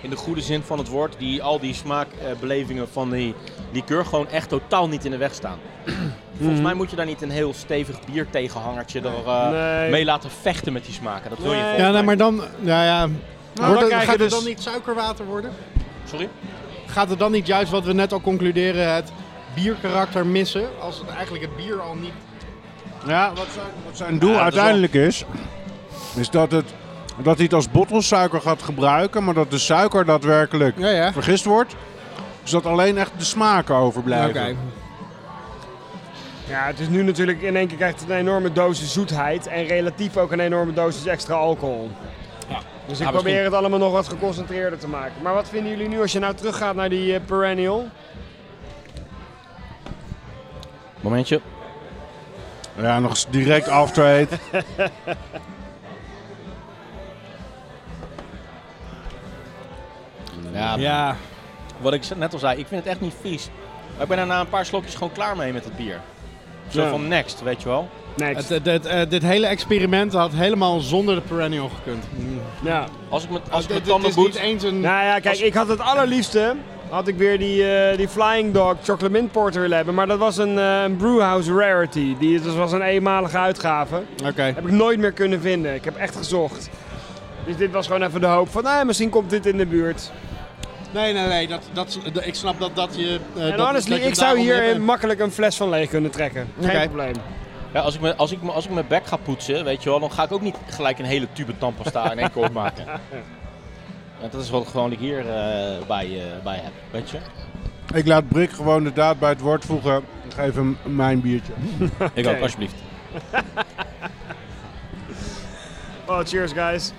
In de goede zin van het woord, die al die smaakbelevingen van die liqueur gewoon echt totaal niet in de weg staan. *clears throat* Volgens mij moet je daar niet een heel stevig biertegenhangertje er, eh, Nee. mee laten vechten met die smaken. Dat wil je Nee. volgens Ja, nou, mij maar dan... Nou ja, wordt dan het, krijg je gaat het dus- dan niet suikerwater worden? niet. Sorry? Gaat het dan niet juist wat we net al concluderen, het bierkarakter missen? Als het eigenlijk het bier al niet... Ja, wat zijn, wat zijn doel Ja, dat is uiteindelijk is, is dat, het, dat hij het als bottelsuiker gaat gebruiken, maar dat de suiker daadwerkelijk Ja, ja. vergist wordt. Dus dat alleen echt de smaken overblijven. Ja, het is nu natuurlijk in één keer krijgt het een enorme dosis zoetheid en relatief ook een enorme dosis extra alcohol. Ja. Dus ik Ja, probeer misschien- het allemaal nog wat geconcentreerder te maken. Maar wat vinden jullie nu als je nou teruggaat naar die eh, perennial? Momentje. Ja, nog eens direct after eight. Ja, Ja, Wat ik net al zei, ik vind het echt niet vies. Maar ik ben er na een paar slokjes gewoon klaar mee met dat bier. Zo Ja. van next, weet je wel. het, Next. het- het, eh, dit hele experiment had helemaal zonder de perennial gekund. eh, ja. Als ik met, als ik Oh, dit, met dit tanden is niet boet... eens een... Nou ja, kijk, ik had het allerliefste. Had ik weer die, eh, die Flying Dog Chocolate Mint Porter willen hebben. Maar dat was een, eh, een Brewhouse Rarity. Die, dat was een eenmalige uitgave. Oké. Heb ik nooit meer kunnen vinden. Ik heb echt gezocht. Dus dit was gewoon even de hoop van, nou, misschien komt dit in de buurt. Nee, nee, nee. Dat, dat, dat- ik snap dat dat je... eh, en dat- honestly, dat je ik zou daarom hier hebt- makkelijk een fles van leeg kunnen trekken. Geen Oké. probleem. Ja, als, ik me, als, ik, me- als ik mijn bek ga poetsen, weet je wel, dan ga ik ook niet gelijk een hele tube tandpasta in één keer opmaken. Ja, dat is wat gewoon ik hier eh, bij, eh, bij heb, weet je. Ik laat Brik gewoon de daad bij het woord voegen. Ik geef hem mijn biertje. Ik ook, alsjeblieft. Oh, cheers guys.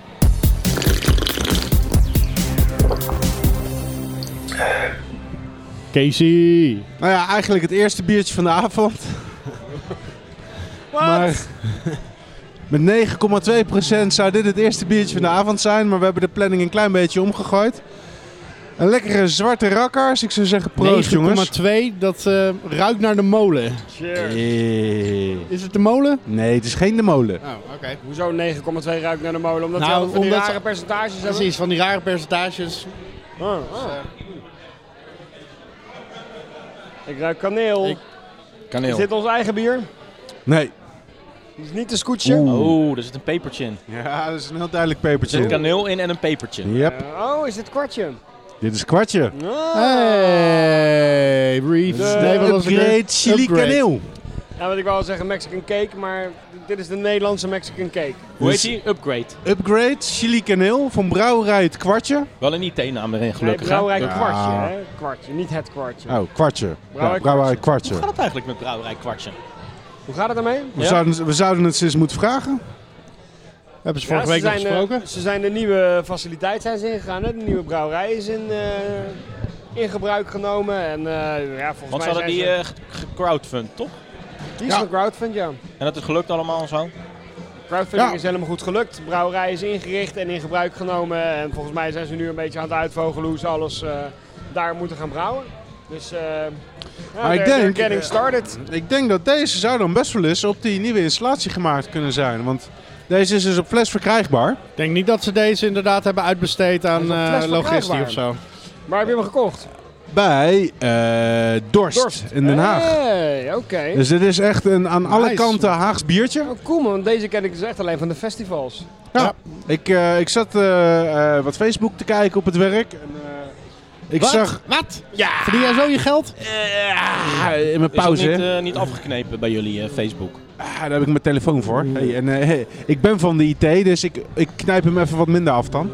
Casey. Nou ja, eigenlijk het eerste biertje van de avond. Maar met 9,2% zou dit het eerste biertje van de avond zijn. Maar we hebben de planning een klein beetje omgegooid. Een lekkere zwarte rakkers. Ik zou zeggen proost jongens. 9,2. Dat eh, ruikt naar de molen. Cheers. Eh, Is het de molen? Nee, het is geen de molen. Oh, oké. Hoezo 9,2 ruikt naar de molen? Omdat Nou, ze allemaal van die omdat- rare percentages hebben? Precies, Dus, eh, van die rare percentages. Oh, oh. Ik ruik kaneel. Ik- Is Kaneel. dit ons eigen bier? Nee. Dit is niet een scootje? Oeh, Oh, er zit een pepertje in. Ja, dat is een heel duidelijk Er zit pepertje. kaneel in en een pepertje. Yep, Eh, oh, is dit kwartje? dit is kwartje. Ah. Hey, Reeves. Nee, wat was het weer? upgrade chili Upgrade. kaneel. Ja, wat ik wou zeggen, Mexican cake, maar dit is de Nederlandse Mexican cake. Hoe heet Dus- die? Upgrade. Upgrade chili kaneel van brouwerij het kwartje. Wel een IT-naam erin, Nee, gelukkig. hè? brouwerij Hoe Ja. kwartje, hè? Kwartje, niet het kwartje. Oh, kwartje. Brouwerij Ja, brouwerij kwartje. gaat het eigenlijk met brouwerij kwartje? Hoe gaat het daarmee? We, Ja. zouden, we zouden het ze eens moeten vragen. Hebben ze Ja, vorige ze week nog zijn, eh, gesproken? ze zijn de nieuwe faciliteit zijn ze ingegaan, hè? De nieuwe brouwerij is in, eh, in gebruik genomen. En eh, ja, volgens Want ze mij hadden zijn die ze... eh, ge- gecrowdfund, toch? die is ja. van crowdfund, ja. En dat is gelukt allemaal en zo. Crowdfunding Ja. is helemaal goed gelukt. De brouwerij is ingericht en in gebruik genomen. En volgens mij zijn ze nu een beetje aan het uitvogelen hoe ze alles eh, daar moeten gaan brouwen. Dus eh ja, Maar ik they're- they're denk- getting started. Ik denk dat deze zou dan best wel eens op die nieuwe installatie gemaakt kunnen zijn. Want deze is dus op fles verkrijgbaar. Ik denk niet dat ze deze inderdaad hebben uitbesteed aan Dat is een fles eh, logistie verkrijgbaar. of zo. Maar heb je hem gekocht? Bij eh, Dorst, Dorst. in Den Haag. Hey, oké. Dus dit is echt een aan alle Nice. kanten Haags biertje. Oh, cool man, deze ken ik dus echt alleen van de festivals. Ik, eh, ik zat eh, eh, wat Facebook te kijken op het werk. En, eh, ik Wat? zag Wat? Ja. Verdien jij zo je geld? ah, in mijn Is dat pauze. niet, hè. eh, niet afgeknepen bij jullie eh, Facebook? Ah, daar heb ik mijn telefoon voor. Hey, en, eh, ik ben van de IT, dus ik, ik knijp hem even wat minder af dan.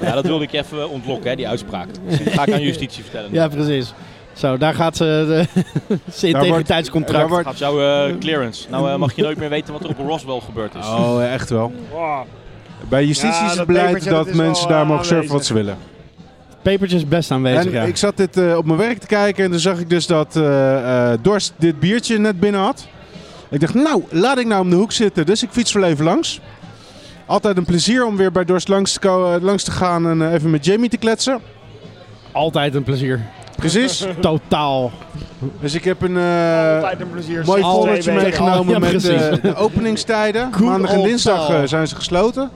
Ja, dat wilde ik je even ontlokken, hè, die uitspraak. Dat ga *laughs* ik aan justitie vertellen. Ja, precies. Zo, daar gaat ze de *laughs* zijn wordt- integriteitscontract. daar wordt- Gaat jouw eh, clearance. Nou eh, mag je nooit meer weten wat er op Roswell gebeurd is. Oh, eh, echt wel. Wow. Bij justitie Ja, is het dat beleid pepertje, dat dat is mensen wel, daar eh, mogen surfen wat aanwezig. ze willen. Pepertje is best aanwezig, En ja. ik zat dit eh, op mijn werk te kijken en toen zag ik dus dat eh, eh, Dorst dit biertje net binnen had. Ik dacht, nou, laat ik nou om de hoek zitten. Dus ik fiets wel even langs. Altijd een plezier om weer bij Dorst langs te, ko- eh, langs te gaan en eh, even met Jamie te kletsen. Altijd een plezier. *laughs* Precies. Totaal. dus ik heb een eh, Altijd een plezier. mooi Sinds twee foldertje weken. meegenomen Ja, met eh, precies. de openingstijden. Good Maandag en old dinsdag taal. eh, zijn ze gesloten.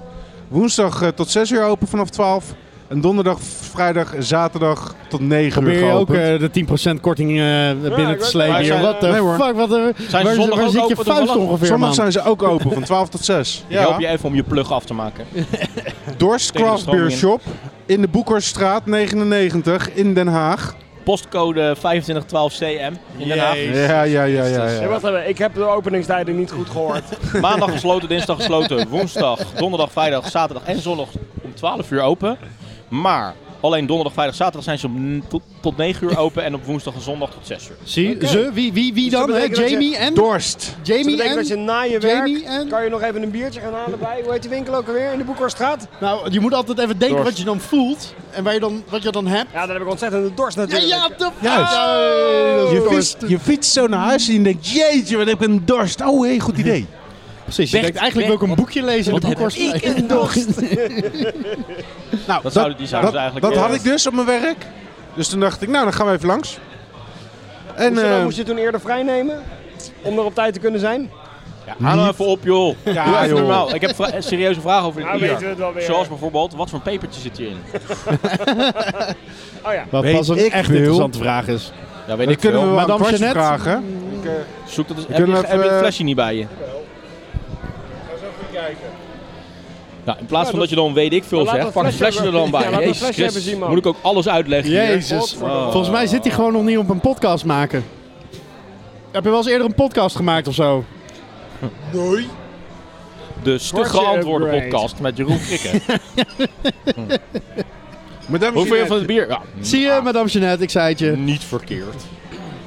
Woensdag eh, tot 6 uur open vanaf 12. En donderdag, vrijdag, en zaterdag tot 9 uur Probeer je ook geopend. eh, de 10% korting eh, binnen ik te weet- slepen maar hier. zijn- Wat de nee, hoor. fuck, wat de... Zijn waar ze zondag waar ook zit je open, vuist toevallig? ongeveer, Zondag man? zijn ze ook open van 12 *laughs* tot 6. Ik help je even om je plug af te maken. Dorst Tegen de Craft Beer stroming Shop in de Boekerstraat 99 in Den Haag. Postcode 2512CM in Den Haag. Ja, ja, ja, ja. Hey, ja. wacht even, ik heb de openingstijden niet goed gehoord. Maandag gesloten, dinsdag gesloten, woensdag, donderdag, vrijdag, zaterdag en zondag om 12 uur open. Maar Alleen donderdag, vrijdag, zaterdag zijn ze om n- tot, tot 9 uur open en op woensdag en zondag tot 6 uur. Zie, Oké. ze, wie, wie, wie dat dan? hè? betekent dat je Jamie en? Dorst. Dat Jamie betekent dat je en? na je Jamie werk, en- kan je nog even een biertje gaan halen bij, hoe heet die winkel ook alweer, in de Boekhorststraat? Nou, je moet altijd even denken Dorst. wat je dan voelt en waar je dan, wat je dan hebt. Ja, daar heb ik ontzettende dorst Ja, natuurlijk. ja, de Juist. Oh. Je fietst, je fietst zo naar huis en je denkt, jeetje, wat heb ik een dorst. Oh, hé, goed idee. Precies, je Weg, denkt eigenlijk weg, ook een boekje lezen in de wat heb boekworst. ik een *laughs* dorst. Oh, Nou, Dat zouden- die zouden dat, ze eigenlijk, dat eh, had ik dus op mijn werk. Dus toen dacht ik, nou, dan gaan we even langs. En Moest je, Dus dan, eh, moest je toen eerder vrij nemen? Om er op tijd te kunnen zijn? Ja, hou nou even op, joh. Ja, Doe even joh. normaal. Ik heb vra- een serieuze vragen over dit bier. het wel weer. Zoals bijvoorbeeld, wat voor een pepertje zit hierin? Oh ja. Wat Weet pas een ik echt veel. interessante vraag is. Ja, weet dan ik kunnen we veel. wel Madame een kwastje Jeannette? vragen. Zoek dat eens. Heb je, kunnen heb je even- het flesje niet bij je? Nou, in plaats van dat je dan weet ik veel Maar laat zegt, dat pak het flesje flesje er dan even- bij. ja, laat dat Jezus flesje even Christus, zien, man. moet ik ook alles uitleggen hier? Jezus. Oh. Volgens mij zit hij gewoon nog niet op een podcast maken. Heb je wel eens eerder een podcast gemaakt of zo? De stugge Kortje antwoorden upgrade. podcast met Jeroen *laughs* Krikke. Madame Hoeveel Jeannette. van het bier? Ja, Zie je, madame Jeannette, ik zei het je. Niet verkeerd.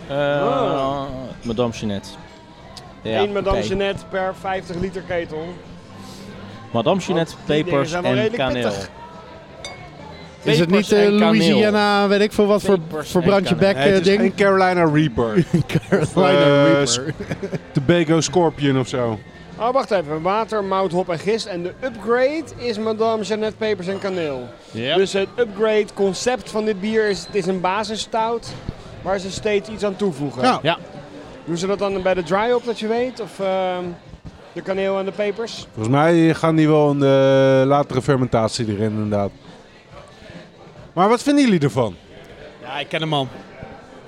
Eh, Oh. Madame Jeannette. Ja, Eén Madame oké. Jeannette per 50 liter ketel. Madame Jeannette, Want Oh, die dingen pepers zijn wel en redelijk kaneel. pittig. Is het niet eh, Pepers en kaneel. Louisiana, weet ik veel wat voor, Pepers voor en brandje kaneel. bek Nee, het eh, is geen *laughs* ding? Carolina *laughs* Reaper. Carolina eh, Reaper. sp- Tobago Scorpion of zo. Oh, wacht even. Water, mout, hop en gist. En de upgrade is Madame Jeannette Pepers en Kaneel. Ja. Dus het upgrade concept van dit bier is, het is een basisstout waar ze steeds iets aan toevoegen. Ja. Ja. Doen ze dat dan bij de dry-up dat je weet? Of ehm, de kaneel en de pepers? Volgens mij gaan die wel een eh, latere fermentatie erin, inderdaad. Maar wat vinden jullie ervan? Ja, ik ken hem man.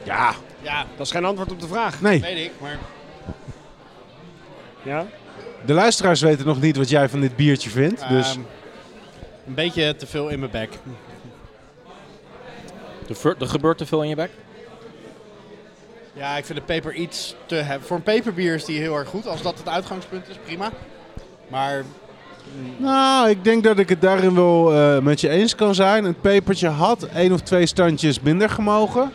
Ja. *laughs* Ja. Dat is geen antwoord op de vraag. Nee, Weet ik, maar... Ja? de luisteraars weten nog niet wat jij van dit biertje Ehm, vindt. Dus een beetje te veel in mijn bek. Er, ver- er gebeurt te veel in je bek. Ja, ik vind de peper iets te hebben. Voor een peperbier is die heel erg goed. Als dat het uitgangspunt is, prima. Maar Nou, ik denk dat ik het daarin wel eh, met je eens kan zijn. Het pepertje had één of twee standjes minder gemogen.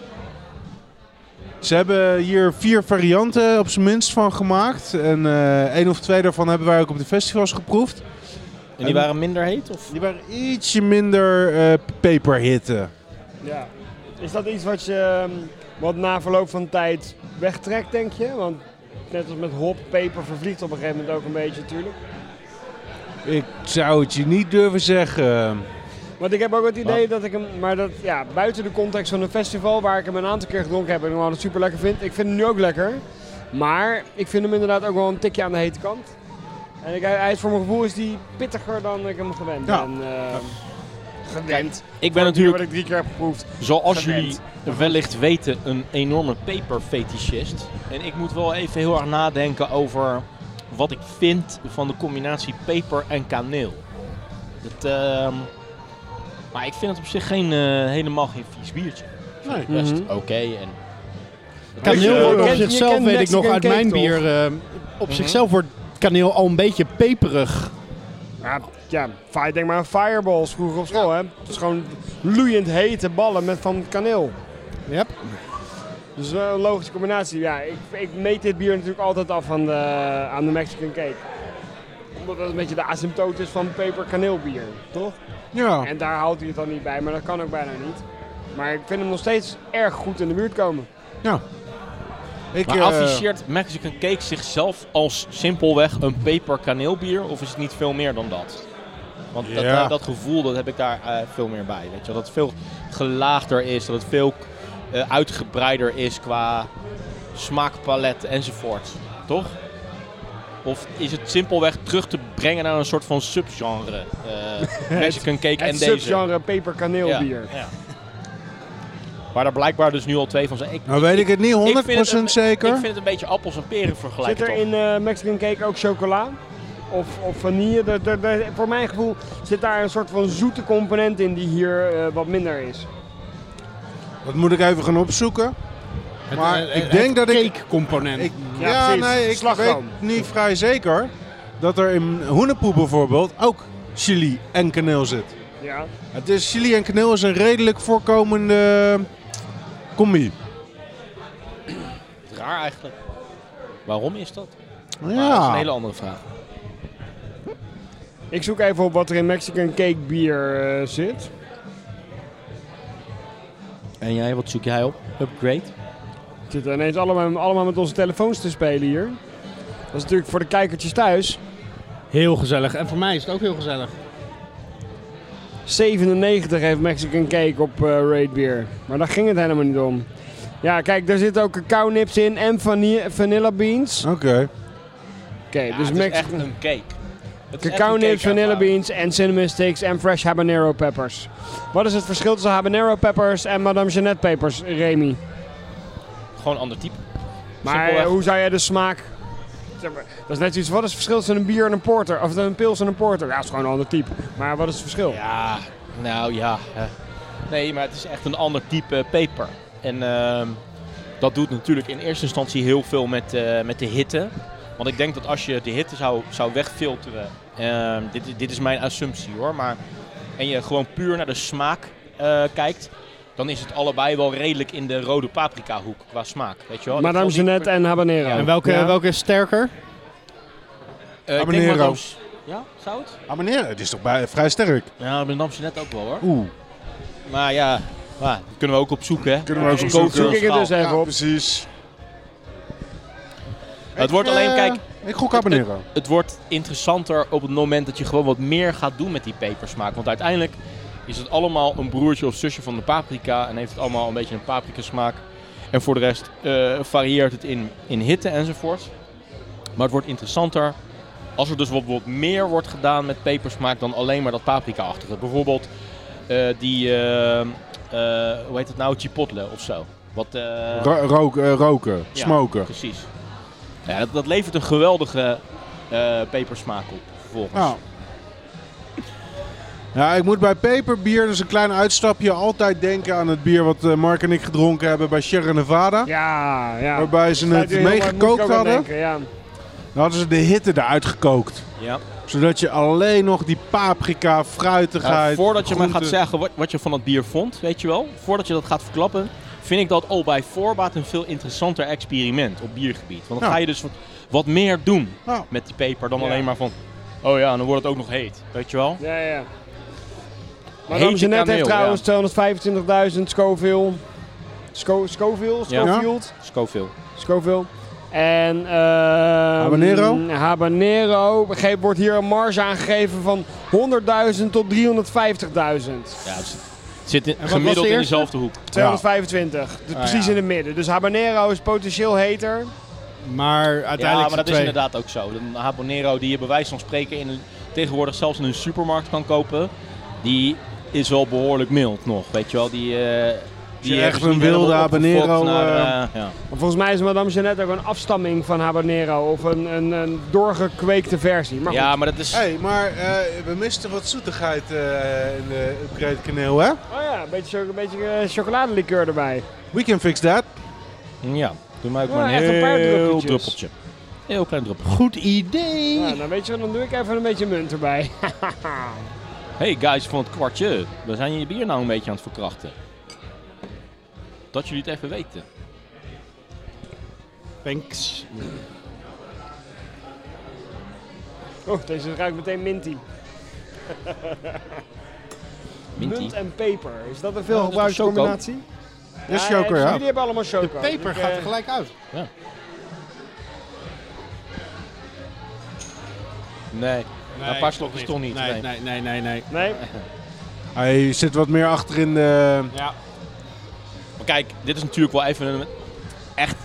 Ze hebben hier vier varianten op zijn minst van gemaakt. En eh één of twee daarvan hebben wij ook op de festivals geproefd. En die waren minder heet? Of? Die waren ietsje minder eh peperhitte. Ja. Is dat iets wat je ehm, wat na verloop van tijd wegtrekt, denk je? Want net als met hop, peper vervliegt op een gegeven moment ook een beetje natuurlijk. Ik zou het je niet durven zeggen. Want ik heb ook het idee dat ik hem, maar dat ja, buiten de context van een festival waar ik hem een aantal keer gedronken heb en gewoon het super lekker vind. Ik vind hem nu ook lekker, maar ik vind hem inderdaad ook wel een tikje aan de hete kant. En ik, hij is voor mijn gevoel is die pittiger dan ik hem gewend Ja. ben. ehm, gewend. Ik ben Natuurlijk natuurlijk, wat ik drie keer heb geproefd. zoals jullie gewend. wellicht weten, een enorme peperfetischist. En ik moet wel even heel erg nadenken over wat ik vind van de combinatie peper en kaneel. Dat, ehm, maar ik vind het op zich geen, eh, helemaal geen vies biertje. nee. Best Mhm. oké. en Kaneel Je wordt op kent- je zichzelf, kent weet ik nog Mexican uit cake, mijn toch? bier, eh, op zichzelf wordt kaneel al een beetje peperig. Ja, ja, fi- denk maar aan fireballs vroeger op school. Hè? Het is gewoon loeiend hete ballen met van kaneel. Yep. Dus wel een logische combinatie. Ja, ik, ik meet dit bier natuurlijk altijd af aan de, aan de Mexican cake. Omdat dat een beetje de asymptoot is van peper-kaneelbier, toch? Ja. En daar houdt hij het dan niet bij, maar dat kan ook bijna niet. Maar ik vind hem nog steeds erg goed in de buurt komen. Ik, Maar eh, afficheert Mexican Cake zichzelf als simpelweg een peper-kaneelbier? Of is het niet veel meer dan dat? Want dat, Ja. eh, dat gevoel dat heb ik daar eh, veel meer bij. Weet je? wel. Dat het veel gelaagder is, dat het veel eh, uitgebreider is qua smaakpalet enzovoort. Toch? Of is het simpelweg terug te brengen naar een soort van subgenre? *laughs* eh Mexican Cake en Het deze. subgenre peper-kaneelbier. Ja. Waar er blijkbaar dus nu al twee van zijn. Ik, nou weet ik het ik niet 100% vind het een- zeker. Ik vind het een beetje appels en peren Zit vergelijken. er toch? in eh, Mexican cake ook chocola? Of, of vanille? Er- er- er- voor mijn gevoel zit daar een soort van zoete component in die hier eh, wat minder is. Dat moet ik even gaan opzoeken. Maar eh, ik denk dat ik Cake component. Ik, Ja, ja, precies. nee, ik Slagroom. weet niet vrij zeker dat er in Hoenepoe bijvoorbeeld ook chili en kaneel zit. Ja. En Het is chili en kaneel is een redelijk voorkomende combi. Raar eigenlijk. Waarom is dat? Maar dat is een Ja. hele andere vraag. Ik zoek even op wat er in Mexican cake bier eh, zit. En jij, wat zoek jij op? Upgrade? We zitten ineens allemaal, allemaal met onze telefoons te spelen hier. Dat is natuurlijk voor de kijkertjes thuis. Heel gezellig. En voor mij is het ook heel gezellig. 97 heeft Mexican Cake op eh Raid Beer. Maar daar ging het helemaal niet om. Ja, kijk, daar zitten ook cacao nips in en vanille, vanilla beans. Oké, Oké. dus dus het is Mex- echt een cake. Het is echt Cacao een nips, cake vanilla aanbouw. beans en cinnamon sticks en fresh habanero peppers. Wat is het verschil tussen habanero peppers en Madame Jeanette peppers, Remy? Gewoon een ander type. Maar Simpelweg. eh, hoe zou jij de smaak... Zeg maar, Dat is net iets, wat is het verschil tussen een bier en een porter? Of een pils en een porter? Ja, het is gewoon een ander type. Maar wat is het verschil? Ja, nou ja. hè. Nee, maar het is echt een ander type peper. En ehm, dat doet natuurlijk in eerste instantie heel veel met, eh, met de hitte. Want ik denk dat als je de hitte zou, zou wegfilteren, ehm, dit, dit is mijn assumptie hoor, maar en je gewoon puur naar de smaak eh, kijkt, dan is het allebei wel redelijk in de rode paprika hoek qua smaak. Weet je wel? Dat Madame valt niet- Jeanette en habanero. En welke, Ja. welke is sterker? Eh, ik denk Habanero. Madame- Ja, zou het? Ah meneer, het is toch bij, vrij sterk? Ja, Madame Jeanette ook wel hoor. Oeh. Maar ja, maar, daar kunnen we ook op zoeken hè. Kunnen we ook Ik op eh, zoek, zoeken. zoek ik het dus even op. precies. Het wordt alleen, Eh, kijk, Ik gok abonneren. het wordt interessanter op het moment dat je gewoon wat meer gaat doen met die pepersmaak. Want uiteindelijk is het allemaal een broertje of zusje van de paprika en heeft het allemaal een beetje een paprikasmaak. En voor de rest eh, varieert het in, in hitte enzovoort. Maar het wordt interessanter als er dus wat, wat meer wordt gedaan met pepersmaak dan alleen maar dat paprika-achtige. Bijvoorbeeld eh, die, eh, eh, hoe heet het nou, chipotle of zo. Wat, eh, Ro- rook- eh, roken, ja, smoken. Precies. Ja, dat, dat levert een geweldige eh, pepersmaak op vervolgens. Ja. Ja, ik moet bij peperbier, dus een klein uitstapje, altijd denken aan het bier wat eh, Mark en ik gedronken hebben bij Sierra Nevada. Ja, ja. Waarbij ze Sluit het je heel hard, moet ik meegekookt ook aan hadden. denken, ja. Dan hadden ze de hitte eruit gekookt. Ja. Zodat je alleen nog die paprika, fruitigheid... Nou, voordat je maar groente- gaat zeggen wat, wat je van dat bier vond, weet je wel, voordat je dat gaat verklappen, vind ik dat al bij voorbaat een veel interessanter experiment op biergebied. Want dan Ja. ga je dus wat, wat meer doen Ja. met die peper dan Ja. alleen maar van, oh ja, en dan wordt het ook nog heet, weet je wel. Ja, ja. Hete Madame Jeanette heeft kameel, trouwens 225.000 Scoville. Sco Scoville? Ja. Scofield? Scoville. Scoville. En eh, Habanero? mm, Habanero. Begrepen wordt hier een marge aangegeven van 100.000 tot 350.000. Ja, het zit in- was gemiddeld de in eerste? dezelfde hoek. 225. Dus Oh, precies in het midden. Dus Habanero is potentieel heter. Maar Ja, uiteindelijk maar de dat is twee. inderdaad ook zo. Een habanero die je bij wijze van spreken in, een- tegenwoordig zelfs in een supermarkt kan kopen, die is wel behoorlijk mild nog, weet je wel. Die, eh, die je is echt niet een wilde helemaal opgefokt habanero, naar, eh, ja. Maar volgens mij is Madame Jeanette ook een afstamming van Habanero. Of een, een, een doorgekweekte versie. Maar goed. ja, maar dat is... Hé, hey, maar eh, we misten wat zoetigheid eh, in de upgrade kaneel, hè? Oh ja, een beetje, een beetje eh, chocoladelikeur erbij. We can fix that. Ja, doe mij ook Ja, maar een echt een paar heel druppeltjes. druppeltje. Heel klein druppeltje. Goed idee! Nou, dan weet je wat, dan doe ik even een beetje munt erbij. *laughs* Hey guys van het kwartje, we zijn je bier nou een beetje aan het verkrachten. Dat jullie het even weten. Thanks. Oh, deze ruikt meteen minty. Minty. Munt en peper. Is dat een dat is veelgebruikte choco. combinatie? Is choker, dus ja. Jullie hebben allemaal eh, choco. De Peper gaat er gelijk uit. Nee, een paar slokjes toch niet. Nee, nee. nee, nee, nee. nee. Nee, Hij zit wat meer achter in de... Maar kijk, dit is natuurlijk wel even een echt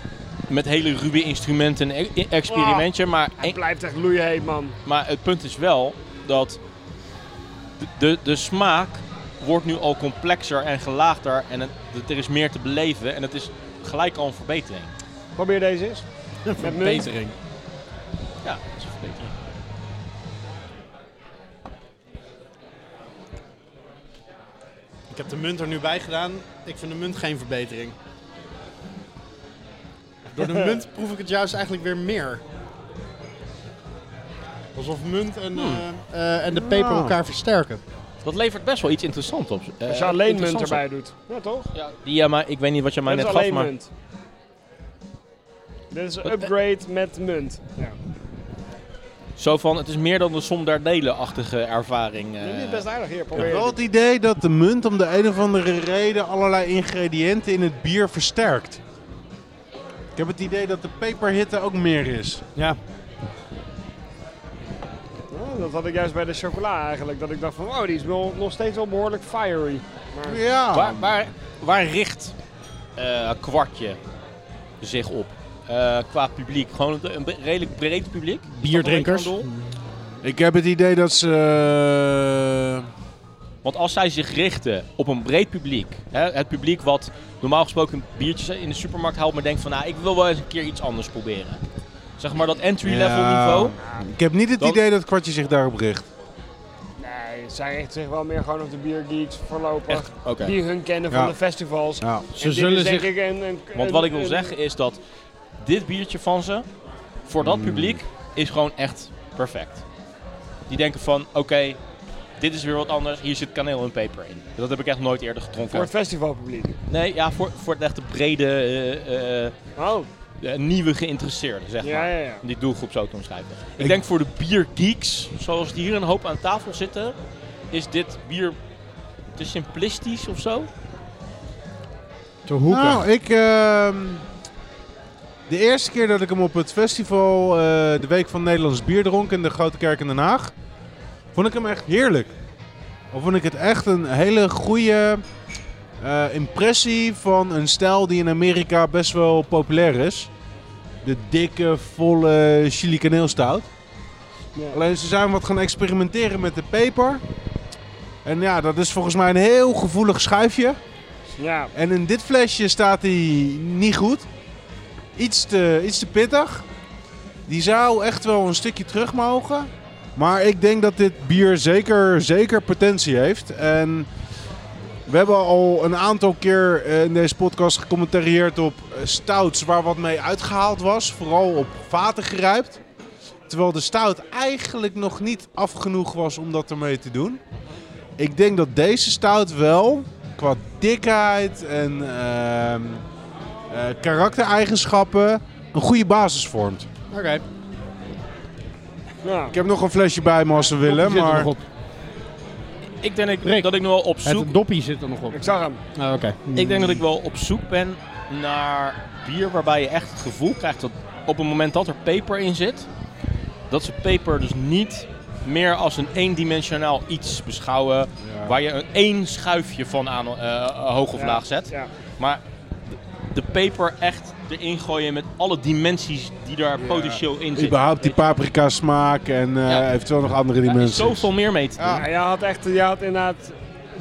met hele ruwe instrumenten een e- experimentje. Maar, hij blijft echt loeiheet, man. maar het punt is wel dat de, de, de smaak wordt nu al complexer en gelaagder. En het, het- er is meer te beleven en het is gelijk al een verbetering. Probeer *laughs* deze eens. Met munt. Betering. Ja, dat is een verbetering. Ik heb de munt er nu bij gedaan. Ik vind de munt geen verbetering. Door de *laughs* munt proef ik het juist eigenlijk weer meer. Alsof munt en, eh, eh, en de peper Ja. Ah. elkaar versterken. Dat levert best wel iets interessants op. Eh, Als je alleen munt interessants op. erbij doet. Ja, toch? Ja, die, ja, maar ik weet niet wat je mij Dit is net gaf, alleen maar... munt. Dit is een Wat- Eh. upgrade met munt. Ja. Zo van, het is meer dan de som der delen-achtige ervaring. eh. Dit is best aardig hier. Ik Probeer heb wel je het idee dat de munt om de een of andere reden allerlei ingrediënten in het bier versterkt. Ik heb het idee dat de peperhitte ook meer is. Ja. dit. Ja, dat had ik juist bij de chocola eigenlijk. Dat ik dacht van, wow, die is wel, nog steeds wel behoorlijk fiery. Maar Ja. waar, waar, waar richt eh, Kwartje zich op? Eh, qua publiek, gewoon een, een redelijk breed publiek. Is dat een Bierdrinkers. beetje een doel? Ik heb het idee dat ze... eh, Want als zij zich richten op een breed publiek, hè, het publiek wat normaal gesproken biertjes in de supermarkt haalt, maar denkt van, nou, ik wil wel eens een keer iets anders proberen. Zeg maar dat entry-level Ja. niveau. Ik heb niet het Dan- idee dat Kwartje zich daarop richt. nee, zij richten zich wel meer gewoon op de biergeeks voorlopig. Echt, oké. Die hun kennen Ja. van de festivals. Ja. En Ze dit zullen is denk zich... ik een- een- Want een- wat ik wil een- zeggen is dat dit biertje van ze, voor dat publiek, is gewoon echt perfect. Die denken van, oké, dit is weer wat anders, hier zit kaneel en peper in. Dat heb ik echt nooit eerder Voor getronken. het festivalpubliek. Nee, ja, voor, voor het echte brede, eh, eh, Oh, eh, nieuwe geïnteresseerden, zeg ja, maar. ja, ja. Om die doelgroep zo te omschrijven. Ik, Ik- denk voor de biergeeks, zoals die hier een hoop aan tafel zitten, is dit bier te simplistisch of zo. Te hoeken. Nou, ik... ehm, de eerste keer dat ik hem op het festival eh, de Week van Nederlands Bier dronk in de Grote Kerk in Den Haag, vond ik hem echt heerlijk. Of vond ik het echt een hele goede eh, impressie van een stijl die in Amerika best wel populair is. De dikke, volle chili kaneelstout. Ja. Alleen ze zijn wat gaan experimenteren met de peper. En ja, dat is volgens mij een heel gevoelig schuifje. Ja, En in dit flesje staat hij niet goed. Iets te, iets te pittig. Die zou echt wel een stukje terug mogen. Maar ik denk dat dit bier zeker, zeker potentie heeft. En we hebben al een aantal keer eh, in deze podcast gecommentarieerd op eh, stouts waar wat mee uitgehaald was. Vooral op vaten gerijpt. Terwijl de stout eigenlijk nog niet af genoeg was om dat ermee te doen. Ik denk dat deze stout wel qua dikheid en ehm, eh, karaktereigenschappen een goede basis vormt. Oké. ja. Ik heb nog een flesje bij me als ze willen, Doppie zit er maar nog op. Ik denk dat ik- Rick. dat ik nog wel op zoek Het doppie zit er nog op. ik zag hem. Ah, Oké. Ik denk dat ik wel op zoek ben naar bier waarbij je echt het gevoel krijgt dat op het moment dat er peper in zit, dat ze peper dus niet meer als een eendimensionaal iets beschouwen waar je een één schuifje van aan eh, hoog of Ja. laag zet. Ja. Maar de, de peper echt erin gooien met alle dimensies die daar potentieel in zitten. überhaupt die paprika smaak en eh, Ja. eventueel nog andere Ja, er is dimensies. zoveel meer mee te doen. Ja, jij had echt, jij had inderdaad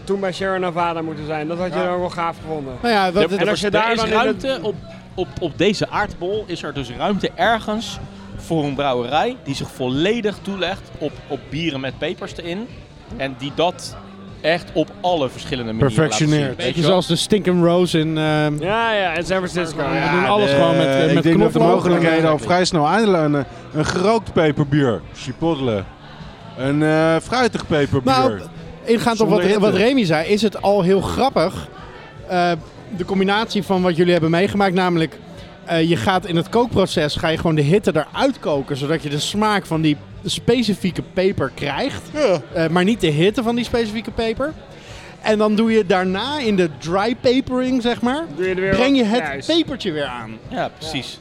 toen bij Sierra Nevada moeten zijn. Dat had je Ja. dan wel gaaf gevonden. Nou ja, dat, Er- en er- als je daar er is dan in het- ruimte op, op, op deze aardbol is er dus ruimte ergens voor een brouwerij die zich volledig toelegt op, op bieren met pepers erin. En die dat echt op alle verschillende manieren laat zien, Perfectioneert. weet je beetje wel. zoals de Stinkin' Rose in... ehm, Ja, ja, in San Francisco. We Ja, doen alles de- gewoon met, eh, Ik met denk dat de knoflook. mogelijkheden al Eigenlijk. vrij snel aanleggen. Een gerookt peperbier, chipotle. Een eh, fruitig peperbier. Nou, ingaand op Zonder wat, hitte. wat Remy zei, is het al heel grappig. eh, de combinatie van wat jullie hebben meegemaakt, namelijk eh, je gaat in het kookproces ga je gewoon de hitte eruit koken, zodat je de smaak van die specifieke peper krijgt, Eh, maar niet de hitte van die specifieke peper. En dan doe je daarna in de dry papering, zeg maar, doe je er weer breng je wat- het juist. pepertje weer aan. Ja, precies.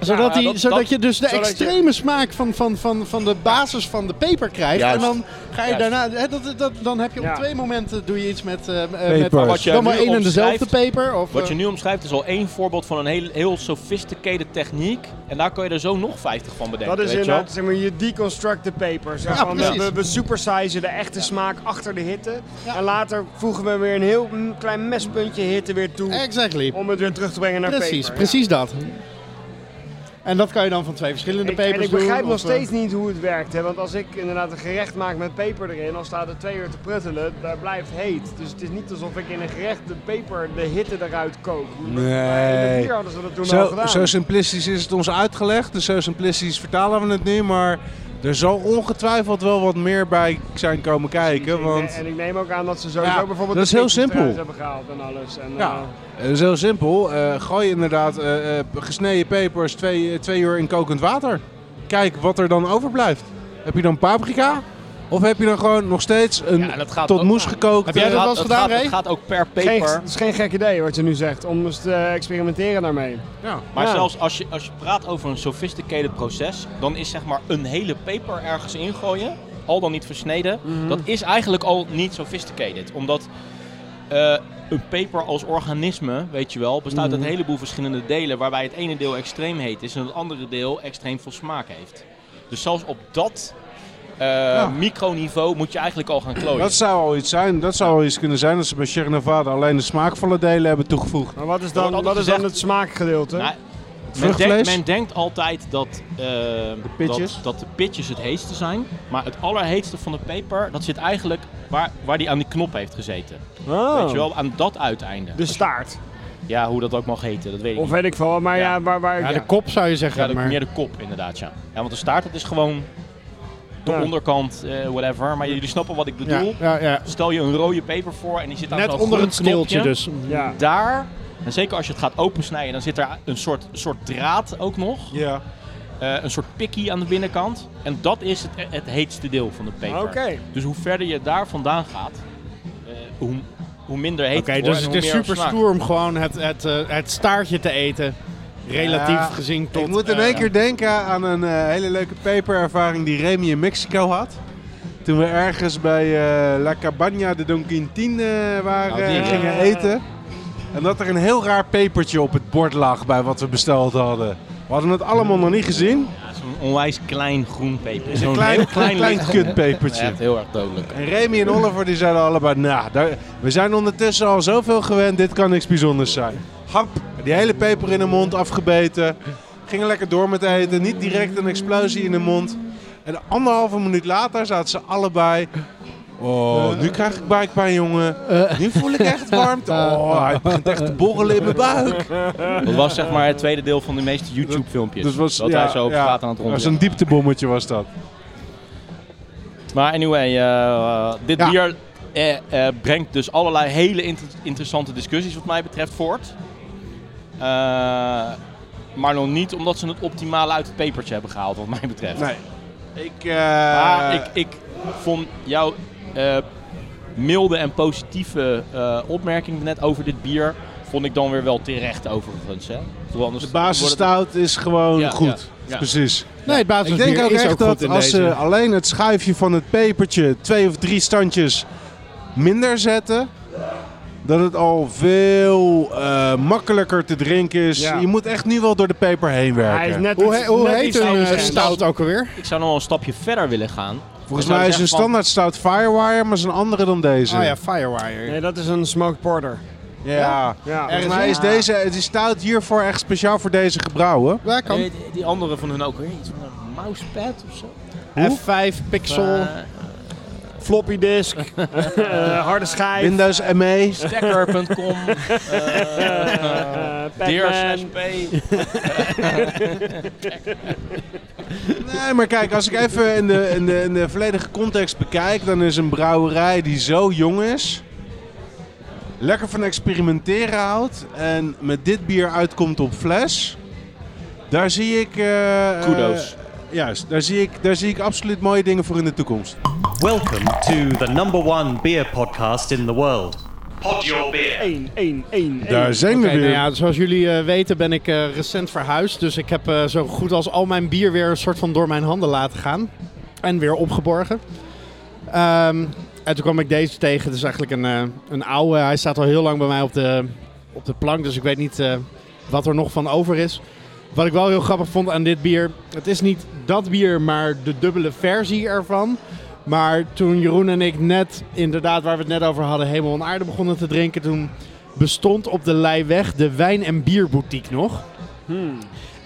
Zodat, Ja, die, dat- zodat dat- je dus de zodat je- extreme smaak van, van, van, van de basis van de peper krijgt. Juist. En dan ga je Juist. daarna. Hè, dat, dat, dan heb je op Ja. twee momenten doe je iets met, eh eh, met Peper. Wat je dan maar nu één en dezelfde omschrijft- peper. Of, Wat je nu omschrijft is al één voorbeeld van een heel, heel sophisticated techniek. En daar kan je er zo nog 50 van bedenken. Dat is weet je wel. inderdaad, zeg maar, je deconstruct de papers. Ja, Van, we, precies. we, we supersizen de echte smaak achter de hitte. Ja. En later voegen we weer een heel mm, klein mespuntje hitte weer toe. eh, exactly. Om het weer terug te brengen naar Precies, peper. precies dat. En dat kan je dan van twee verschillende Ik, pepers en ik doen, begrijp nog of, eh, steeds niet hoe het werkt. Hè? Want als ik inderdaad een gerecht maak met peper erin, dan staat er twee uur te pruttelen. Daar blijft heet. Dus het is niet alsof ik in een gerecht de peper, de hitte eruit kook. Maar in de Nee. bier hadden ze dat toen al Zo, gedaan. zo simplistisch is het ons uitgelegd, dus zo simplistisch vertalen we het nu. Maar Er zal ongetwijfeld wel wat meer bij zijn komen kijken, Ik- want... En ik neem ook aan dat ze sowieso Ja, bijvoorbeeld dat is de heel pictures simpel. hebben gehaald en alles. En, Ja, eh, dat is heel simpel. Eh, gooi inderdaad eh, eh, gesneden pepers twee, eh, twee uur in kokend water. Kijk wat er dan overblijft. Heb je dan paprika? Of heb je dan gewoon nog steeds een Ja, en dat gaat tot ook moes aan. gekookt... Heb jij eh, dat wel eens gedaan, gaat, Ray? Het gaat ook per geen, paper. het is geen gek idee wat je nu zegt, om eens te eh, experimenteren daarmee. ja. Maar Ja. zelfs als je, als je praat over een sophisticated proces, dan is zeg maar een hele paper ergens ingooien, al dan niet versneden, dat is eigenlijk al niet sophisticated. Omdat eh, een paper als organisme, weet je wel, bestaat uit een heleboel verschillende delen waarbij het ene deel extreem heet is en het andere deel extreem veel smaak heeft. Dus zelfs op dat eh, microniveau moet je eigenlijk al gaan klooien. Dat zou al iets zijn. Dat zou al iets kunnen zijn dat ze bij Sierra Nevada alleen de smaakvolle delen hebben toegevoegd. Maar wat is wordt dan, altijd wat is dan gezegd- het smaakgedeelte? Nou, men, Vruchtvlees? denkt, men denkt altijd dat, eh, pitjes? dat, dat de pitjes het heetste zijn. Maar het allerheetste van de peper, dat zit eigenlijk waar, waar die aan die knop heeft gezeten. Oh. Nou, Weet je wel, aan dat uiteinde. Dus- De staart. Ja, hoe dat ook mag heten, dat weet ik Of niet. weet ik veel, wat, maar ja, Ja. waar, waar, Ja, ja. de kop zou je Ja, zeggen, de- maar... meer de kop inderdaad, ja. ja. Want de staart, dat is gewoon de Ja. onderkant, eh, whatever. Maar jullie snappen wat ik Ja, bedoel. ja, ja. Stel je een rode peper voor en die zit aan Net zo'n onder groen het steeltje knopje. dus. Ja. Daar, en zeker als je het gaat opensnijden, dan zit daar een soort, soort draad ook nog. Ja. Eh, een soort pikkie aan de binnenkant. En dat is het, het heetste deel van de peper. Oké. Dus hoe verder je daar vandaan gaat, eh, hoe, hoe minder heet Oké, het wordt dus en het hoe is meer super smaak. stoer om gewoon het, het, eh, het staartje te eten. Relatief Ja, gezien tot... Ik moet in één eh, keer denken aan een eh, hele leuke peperervaring die Remy in Mexico had. Toen we ergens bij eh, La Cabaña de Don Quintín eh, waren Nou, die- en gingen eten. En dat er een heel raar pepertje op het bord lag bij wat we besteld hadden. We hadden het allemaal nog niet gezien. Ja, Zo'n onwijs klein groen peper. Een Zo'n klein, heel klein, klein licht- Ja, kutpepertje. echt heel erg dodelijk. En Remy en Oliver die zeiden allebei, nou, daar- we zijn ondertussen al zoveel gewend, dit kan niks bijzonders zijn. Hap, die hele peper in de mond afgebeten. Gingen lekker door met eten, niet direct een explosie in de mond. En anderhalve minuut later zaten ze allebei... Oh, nu krijg ik buikpijn, jongen. Eh. Nu voel ik echt *laughs* warmte. Oh, hij begint echt te borrelen in mijn buik. Dat was zeg maar het tweede deel van de meeste YouTube-filmpjes. Dus was, dat ja, hij zo op ja, straat aan het Dat was rondlopen. een dieptebommetje was dat. Maar anyway, eh, eh, dit Ja. bier eh, eh, brengt dus allerlei hele inter- interessante discussies wat mij betreft voort. Eh, maar nog niet omdat ze het optimale uit het pepertje hebben gehaald, wat mij betreft. Nee. Ik, eh, Maar ik, ik vond jouw eh, milde en positieve eh, opmerking net over dit bier, vond ik dan weer wel terecht overigens. Hè? Terwijl anders de basisstout is gewoon Ja, goed. ja, ja. Precies. Nee, het Ik denk basisbier ook is echt ook goed dat in als deze. ze alleen het schuifje van het pepertje twee of drie standjes minder zetten, dat het al veel eh, makkelijker te drinken is. Ja. Je moet echt nu wel door de peper heen werken. Hij is net Hoe, iets- he- hoe net heet iets een eh, anders. stout ook alweer? Ik zou nog wel een stapje verder willen gaan. Volgens Ik zou mij is zeggen een van- standaard stout Firewire, maar is een andere dan deze. Ah ja, Firewire. Nee, dat is een smoked porter. ja. Ja. Volgens mij is deze het is stout hiervoor echt speciaal voor deze gebrouwen. Daar kan. Eh, die- die andere van hun ook weer iets van een mousepad of zo. F5 pixel. Eh, Floppy disk, eh, harde schijf, Windows E. ME. Dekker.com. eh, Deers Pac-Man. SP. Nee, maar kijk, als ik even in de, in, de, in de volledige context bekijk, dan is een brouwerij die zo jong is, lekker van experimenteren houdt en met dit bier uitkomt op fles. Daar zie ik. eh, Kudos. eh, juist, daar zie ik, daar zie ik absoluut mooie dingen voor in de toekomst. Welcome to the number one beer podcast in the world. Pod your beer. 1, 1, 1, Daar zijn Oké, we weer. nou ja, zoals jullie eh, weten ben ik eh, recent verhuisd. Dus ik heb eh, zo goed als al mijn bier weer een soort van door mijn handen laten gaan. En weer opgeborgen. Ehm, en toen kwam ik deze tegen. Het is eigenlijk een, eh, een oude. Hij staat al heel lang bij mij op de, op de plank. Dus ik weet niet eh, wat er nog van over is. Wat ik wel heel grappig vond aan dit bier. Het is niet dat bier, maar de dubbele versie ervan. Maar toen Jeroen en ik net, inderdaad waar we het net over hadden, helemaal on aarde begonnen te drinken. Toen bestond op de Leiweg de wijn- en bierboutique nog.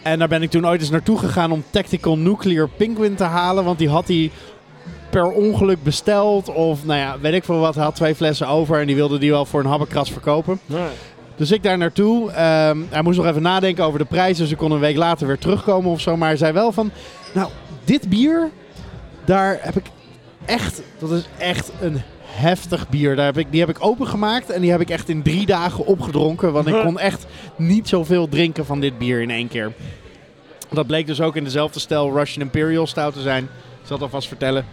En daar ben ik toen ooit eens naartoe gegaan om Tactical Nuclear Penguin te halen. Want die had hij per ongeluk besteld. Of nou ja, weet ik veel wat. Hij had twee flessen over en die wilde die wel voor een habbekras verkopen. Dus ik daar naartoe. Ehm, hij moest nog even nadenken over de prijs. Dus ik kon een week later weer terugkomen of zo. Maar hij zei wel van, nou, dit bier Daar heb ik echt, dat is echt een heftig bier. Daar heb ik, die heb ik opengemaakt en die heb ik echt in drie dagen opgedronken. Want ik kon echt niet zoveel drinken van dit bier in één keer. Dat bleek dus ook in dezelfde stijl Russian Imperial Stout te zijn. Ik zal het alvast vertellen.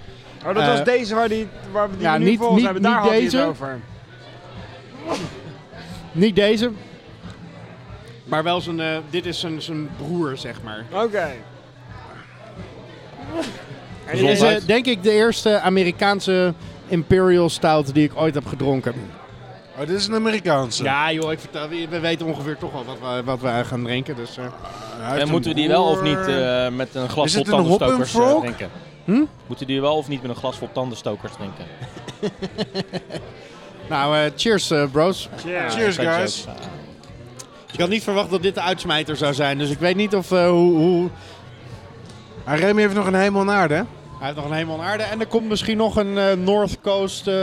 Oh, dat Eh, was deze waar die, waar we die ja, nu niet- volgens niet- hebben. Daar niet had hij deze. het over. Niet deze. Maar wel zijn, eh, dit is zijn, zijn broer, zeg maar. Oké. En Dit is is eh, denk ik de eerste Amerikaanse Imperial Stout die ik ooit heb gedronken. Oh, dit is een Amerikaanse. Ja joh, ik vertel, we we weten ongeveer toch al wat we, wat we gaan drinken. Dus, eh. Hij heeft En een moeten we die wel of broer. niet eh, met een glas Is vol het een hop and tandenstokers eh, frog? drinken? Moeten die wel of niet met een glas vol tandenstokers drinken? Nou, eh, cheers eh, bros. Cheers, Thanks, guys. Joost. Ik had niet verwacht dat dit de uitsmijter zou zijn. Dus ik weet niet of, eh, hoe, hoe... Ah, Remy heeft nog een hemel naar aarde, hè? Hij heeft nog een hemel aan aarde. En er komt misschien nog een eh, North Coast eh,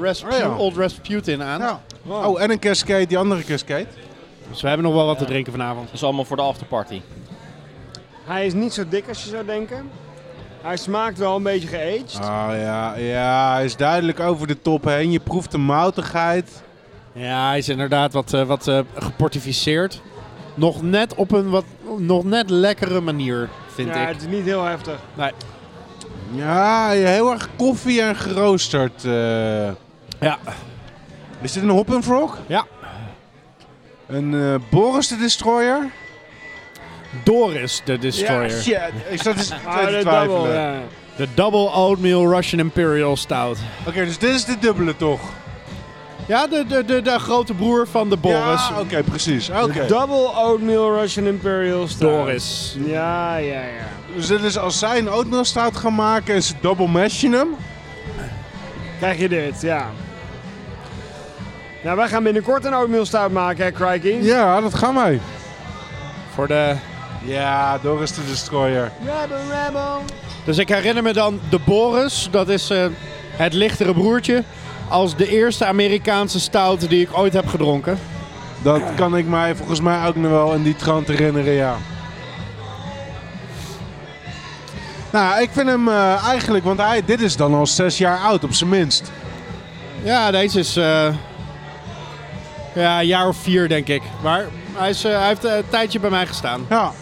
Raspu- Oh ja. Old Rasputin aan. Oh, en een cascade, die andere cascade. Dus we hebben nog wel wat te drinken vanavond. Dat is allemaal voor de afterparty. Hij is niet zo dik als je zou denken. Hij smaakt wel een beetje Oh, geaged. Ah ja, ja, hij is duidelijk over de top heen. Je proeft de moutigheid. Ja, hij is inderdaad wat, eh, wat eh, geportificeerd. Nog net op een wat, nog net lekkere manier, vind ja, ik. het is niet heel heftig. Ja, heel erg koffie en geroosterd. eh. Ja. Is dit een Hop and Frog? Ja. Een eh, Boris de Destroyer? Doris, de Destroyer. Ja, shit. Is dat is Ah, de te twijfelen. double, ja. De Double Oatmeal Russian Imperial Stout. Oké, dus dit is de dubbele toch? Ja, de, de, de, de grote broer van de Boris. Ja, oké, precies. Oké. Double oatmeal Russian Imperial Stout. Doris. Ja, ja, ja. Dus dit is als zij een oatmeal stout gaan maken en ze double mashen hem. Krijg je dit, ja. Nou, wij gaan binnenkort een oatmeal stout maken, hè, Crikey? Ja, dat gaan wij. Voor de... Ja, Doris de Destroyer. Rebel, rebel. Dus ik herinner me dan de Boris, dat is eh, het lichtere broertje, als de eerste Amerikaanse stout die ik ooit heb gedronken. Dat kan ik mij volgens mij ook nog wel in die trant herinneren, ja. Nou, ik vind hem eh, eigenlijk, want hij, dit is dan al zes jaar oud op zijn minst. Ja, deze is eh, ja, een jaar of vier, denk ik. Maar hij, is, eh, hij heeft eh, een tijdje bij mij gestaan. Ja.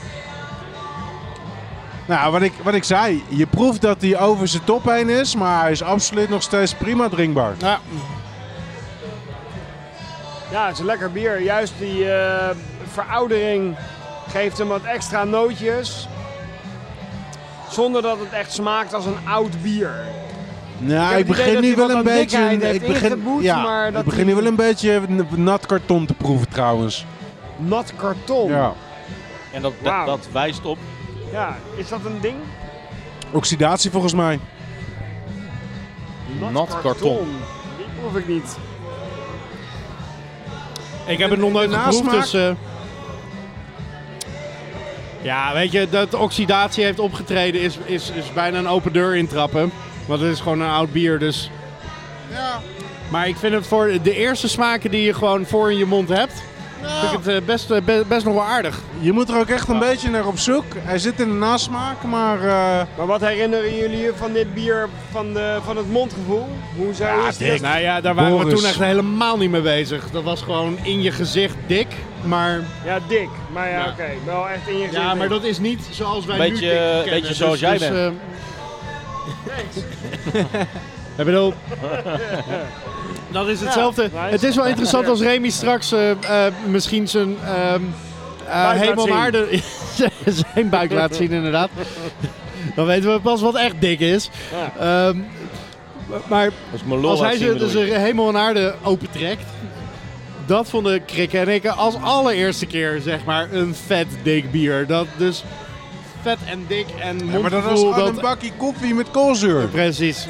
Nou, wat ik, wat ik zei, je proeft dat hij over zijn top heen is, maar hij is absoluut nog steeds prima drinkbaar. Ja, Ja, het is een lekker bier. Juist die eh, veroudering geeft hem wat extra nootjes. Zonder dat het echt smaakt als een oud bier. Nou, heb ik het idee begin dat nu hij wel wat een aan beetje. dikheid heeft Ik begin, ingeboet, ja, maar dat ik begin nu hij- wel een beetje n- nat karton te proeven trouwens. Nat karton. Ja. En dat, dat, Wauw. dat wijst op. Ja, is dat een ding? Oxidatie volgens mij. Nat karton. Die proef ik niet. ik heb het nog nooit de geproefd, nasmaak? dus... eh, ja, weet je, dat de oxidatie heeft opgetreden is, is, is bijna een open deur intrappen. Want het is gewoon een oud bier, dus... Ja. Maar ik vind het voor de eerste smaken die je gewoon voor in je mond hebt, vind ik het eh, best, eh, be- best nog wel aardig. Je moet er ook echt een beetje naar op zoek. Hij zit in de nasmaak, maar eh, Maar wat herinneren jullie je van dit bier van, de, van het mondgevoel? Hoe zou is het? Nou ja, daar waren we Boris. toen echt helemaal niet mee bezig. Dat was gewoon in je gezicht dik, maar... Ja, dik. Maar ja, Ja. oké. Wel echt in je gezicht. Ja, maar dat is niet zoals wij Beetje, nu dik kennen. beetje zoals jij bent. *laughs* eh, Ik bedoel... Dat is hetzelfde. nice. Het is wel interessant als Remy straks eh, eh, misschien zijn ehm eh laat hemel en zien. aarde *laughs* zijn buik laat zien inderdaad. Dan weten we pas wat echt dik is. Ehm, maar Als mijn lol als hij laat zien, ze, bedoel dus ik. er hemel en aarde opentrekt. Dat vonden Krik en ik als allereerste keer, zeg maar, een vet dik bier. Dat dus vet en dik en ja, mondgevoel. maar dat was gewoon dat- een bakje koffie met koolzuur. Precies.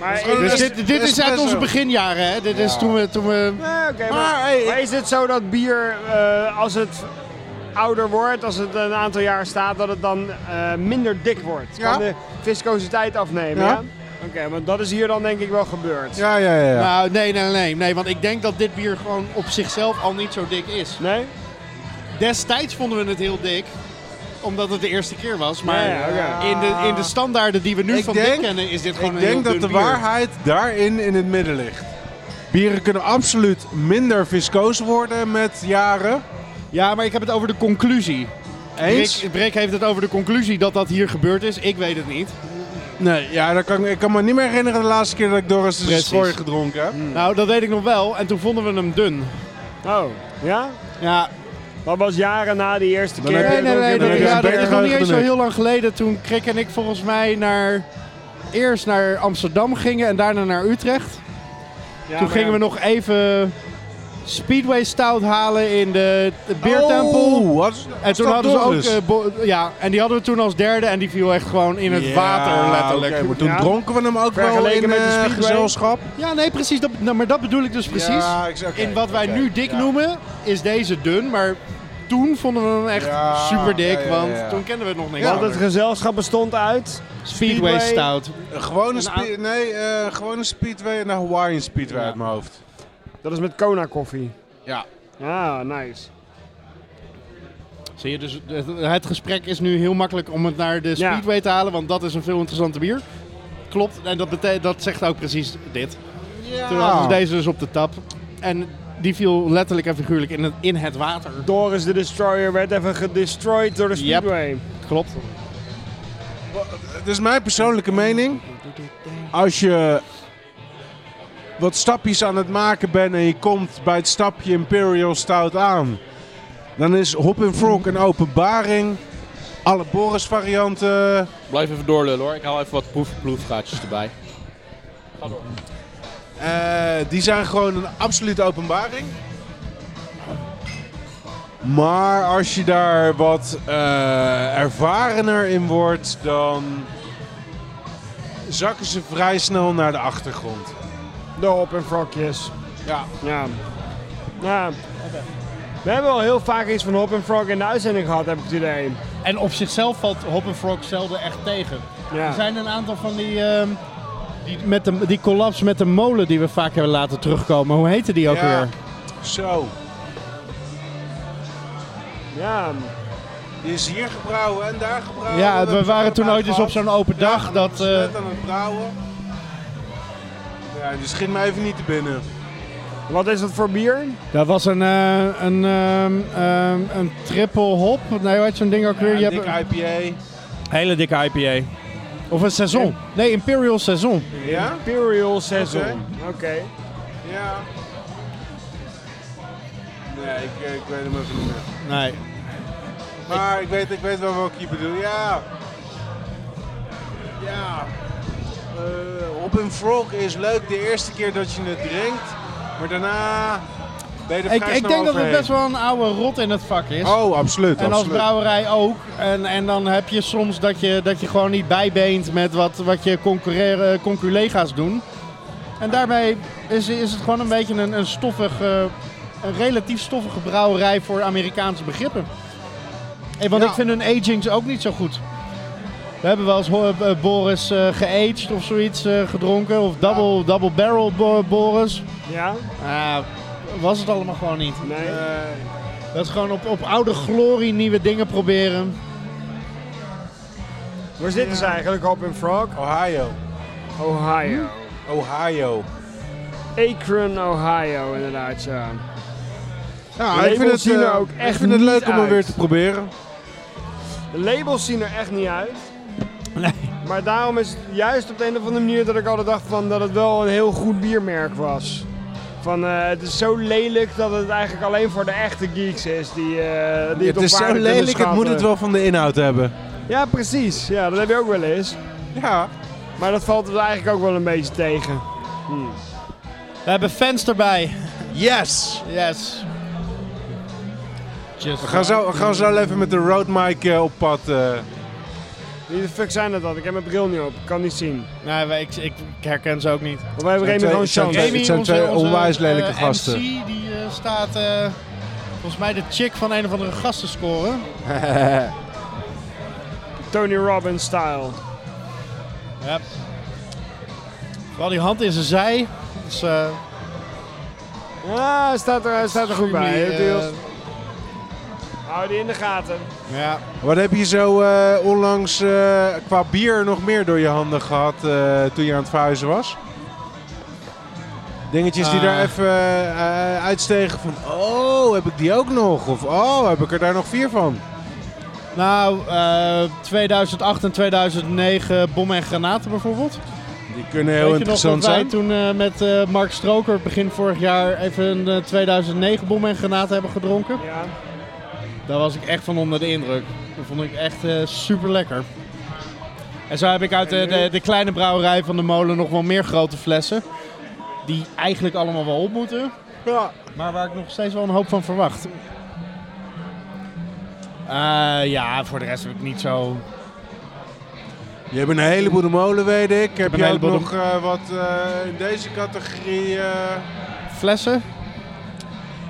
Maar is gewoon is- Dus Espresso. dit, dit is uit onze beginjaren, hè? Dit is toen we... Toen we Ja, oké, maar, Maar, hey, maar ik- is het zo dat bier, eh, als het ouder wordt, als het een aantal jaar staat, dat het dan eh, minder dik wordt? Ja. Kan de viscositeit afnemen, Ja. ja? Oké, want dat is hier dan denk ik wel gebeurd. Ja, ja, ja. ja. Nou, nee, nee, nee, nee. Want ik denk dat dit bier gewoon op zichzelf al niet zo dik is. Nee? Destijds vonden we het heel dik. omdat het de eerste keer was. Maar Ja, ja, oké. in, de, in de standaarden die we nu Ik van denk- dit kennen is dit gewoon Ik een heel denk dat dun de bier. waarheid daarin in het midden ligt. Bieren kunnen absoluut minder viscoos worden met jaren. Ja, maar ik heb het over de conclusie. Eens? Rick, Rick heeft het over de conclusie dat dat hier gebeurd is. Ik weet het niet. Nee, ja, dat kan, ik- ik kan me niet meer herinneren de laatste keer dat ik Doris de Precies. Destroyer gedronken heb. Nou, dat weet ik nog wel. En toen vonden we hem dun. Oh, ja? Ja, Dat was jaren na die eerste Dan keer. heb nee, je- nee, dan nee. heb Dat, je ja, een dat beter is nog niet geheugen eens zo dan ik. heel lang geleden. Toen Krik en ik volgens mij naar... Eerst naar Amsterdam gingen en daarna naar Utrecht. Ja, Toen maar gingen we nog even Speedway Stout halen in de, de beertempel. Oh, wat is- en is toen dat hadden ze nog ook, eens? eh, bo- ja, en die hadden we toen als derde en die viel echt gewoon in het Ja, water letterlijk. oké, maar toen Ja. dronken we hem ook wel Vergeleken in met de eh, Speedway? gezelschap. Ja, nee, precies. Dat, nou, maar dat bedoel ik dus precies. Ja, ik zeg- oké, in wat wij oké, nu dik ja. noemen, is deze dun, maar toen vonden we hem echt Ja, super dik, ja, ja, want ja. toen kenden we nog niks. Ja. Want het gezelschap bestond uit. Speedway Speedway. Stout. Een gewone, Een a- spe- nee, eh gewone Speedway en een Hawaiian Speedway Ja. uit mijn hoofd. Dat is met Kona koffie. Ja. Ja, nice. Zie je, dus het, het gesprek is nu heel makkelijk om het naar de Ja. Speedway te halen, want dat is een veel interessanter bier. Klopt, en dat, bete- dat zegt ook precies dit. Toen hadden ze deze dus op de tap. En die viel letterlijk en figuurlijk in het, in het water. Doris de Destroyer werd even gedestroyed door de Yep. Speedway. Klopt. Het is mijn persoonlijke mening. Als je wat stapjes aan het maken bent en je komt bij het stapje Imperial Stout aan, dan is Hop in Frog een openbaring. Alle Boris varianten. Blijf even doorlullen hoor. Ik haal even wat proef proefgaatjes erbij. Eh, die zijn gewoon een absolute openbaring. Maar als je daar wat eh, ervarener in wordt, dan zakken ze vrij snel naar de achtergrond. De hop en frogjes. Ja. Ja. ja. We hebben al heel vaak iets van Hop en Frog in de uitzending gehad, heb ik het idee. En op zichzelf valt Hop and Frog zelden echt tegen. Er Ja. zijn een aantal van die, ehm, die, met de, die collapse met de molen die we vaak hebben laten terugkomen. Hoe heette die ook Ja. weer? Zo, ja. die is hier gebrouwen en daar gebrouwen. Ja, we Dat waren hebben toen we ooit eens op gehad. zo'n open Ja, dag en dan dat... was het eh, net aan het brouwen. Ja, die schiet me even niet te binnen. Wat is dat voor bier? dat was een, eh, een, ehm, ehm, een triple hop. Nee, hoe heet zo'n ding ook weer? Ja, Je een hebt dik IPA. een hele dikke IPA. Of een saison. Nee, Imperial saison. Ja? Imperial Saison. Oké. Ja. Nee, ik, eh, ik weet hem even niet meer. Nee. Maar ik weet, ik weet wel welke je bedoelt. Ja. Ja. Eh op een frog is leuk de eerste keer dat je het drinkt. Maar daarna ben je er vrij Ik, ik snel denk dat het overheen. best wel een oude rot in het vak is. Oh, absoluut. En als absoluut. brouwerij ook. En, en dan heb je soms dat je, dat je gewoon niet bijbeent met wat, wat je concurreren- eh, conculega's doen. En daarmee is, is het gewoon een beetje een, een stoffig, eh, een relatief stoffige brouwerij voor Amerikaanse begrippen. Eh, want Ja. ik vind hun agings ook niet zo goed. We hebben wel eens ho- eh, Boris eh, geaged of zoiets eh, gedronken. Of double, double barrel bo- Boris. Ja? Ah, was het allemaal gewoon niet. Nee. Eh, Dat is gewoon op, op oude glorie nieuwe dingen proberen. Waar zitten ze eigenlijk, Hop en Frog? Ohio. Ohio. Ohio. Akron, Ohio, inderdaad, ja. Ja, Labels zien er ook echt eh, ik vind het niet leuk om hem uit. weer te proberen. De labels zien er echt niet uit. Maar daarom is het juist op de een of andere manier dat ik altijd dacht van dat het wel een heel goed biermerk was. Van eh, het is zo lelijk dat het eigenlijk alleen voor de echte geeks is die, eh die het, het op is waarde zo kunnen lelijk, het moet schatten. het wel van de inhoud hebben. Ja, precies. Ja, dat heb je ook wel eens. Ja. Maar dat valt het eigenlijk ook wel een beetje tegen. We hebben fans erbij. Yes! Yes. Just We gaan zo, we gaan zo even met de roadmic eh, op pad. eh. Wie de fuck zijn dat dan? Ik heb mijn bril niet op. Ik kan niet zien. Nee, maar ik, ik, ik herken ze ook niet. Want wij hebben Zijn geen gewoon twee- zijn chance. twee- het zijn onwijs lelijke eh, gasten. MC, die eh, staat eh, volgens mij de chick van een of andere gastenscore. Tony Robbins style. Ja. Vooral die hand in zijn zij. Dus, eh, Ja, hij Ah, staat er, hij staat er goed bij. eh, extremely, Hij heeft heel- eh, Hou die in de gaten. Ja. Wat heb je zo eh, onlangs eh, qua bier nog meer door je handen gehad eh, toen je aan het verhuizen was? Dingetjes die Ah. daar even eh, uitstegen van, oh, heb ik die ook nog? Of, oh, heb ik er daar nog vier van? Nou, eh, 2008 en 2009 bommen en granaten bijvoorbeeld. Die kunnen heel Weet je nog dat interessant wij zijn. toen eh, met eh, Mark Stroker begin vorig jaar even een eh, 2009 bommen en granaten hebben gedronken? Ja. Daar was ik echt van onder de indruk. Dat vond ik echt super lekker. En zo heb ik uit eh, de, de, de kleine brouwerij van de molen nog wel meer grote flessen. Die eigenlijk allemaal wel op moeten. Ja. Maar waar ik nog steeds wel een hoop van verwacht. Eh, ja, voor de rest heb ik niet zo. Je hebt een heleboel de molen, weet ik. Heb een je ook heleboel de- nog eh, wat eh, in deze categorie? eh, Flessen?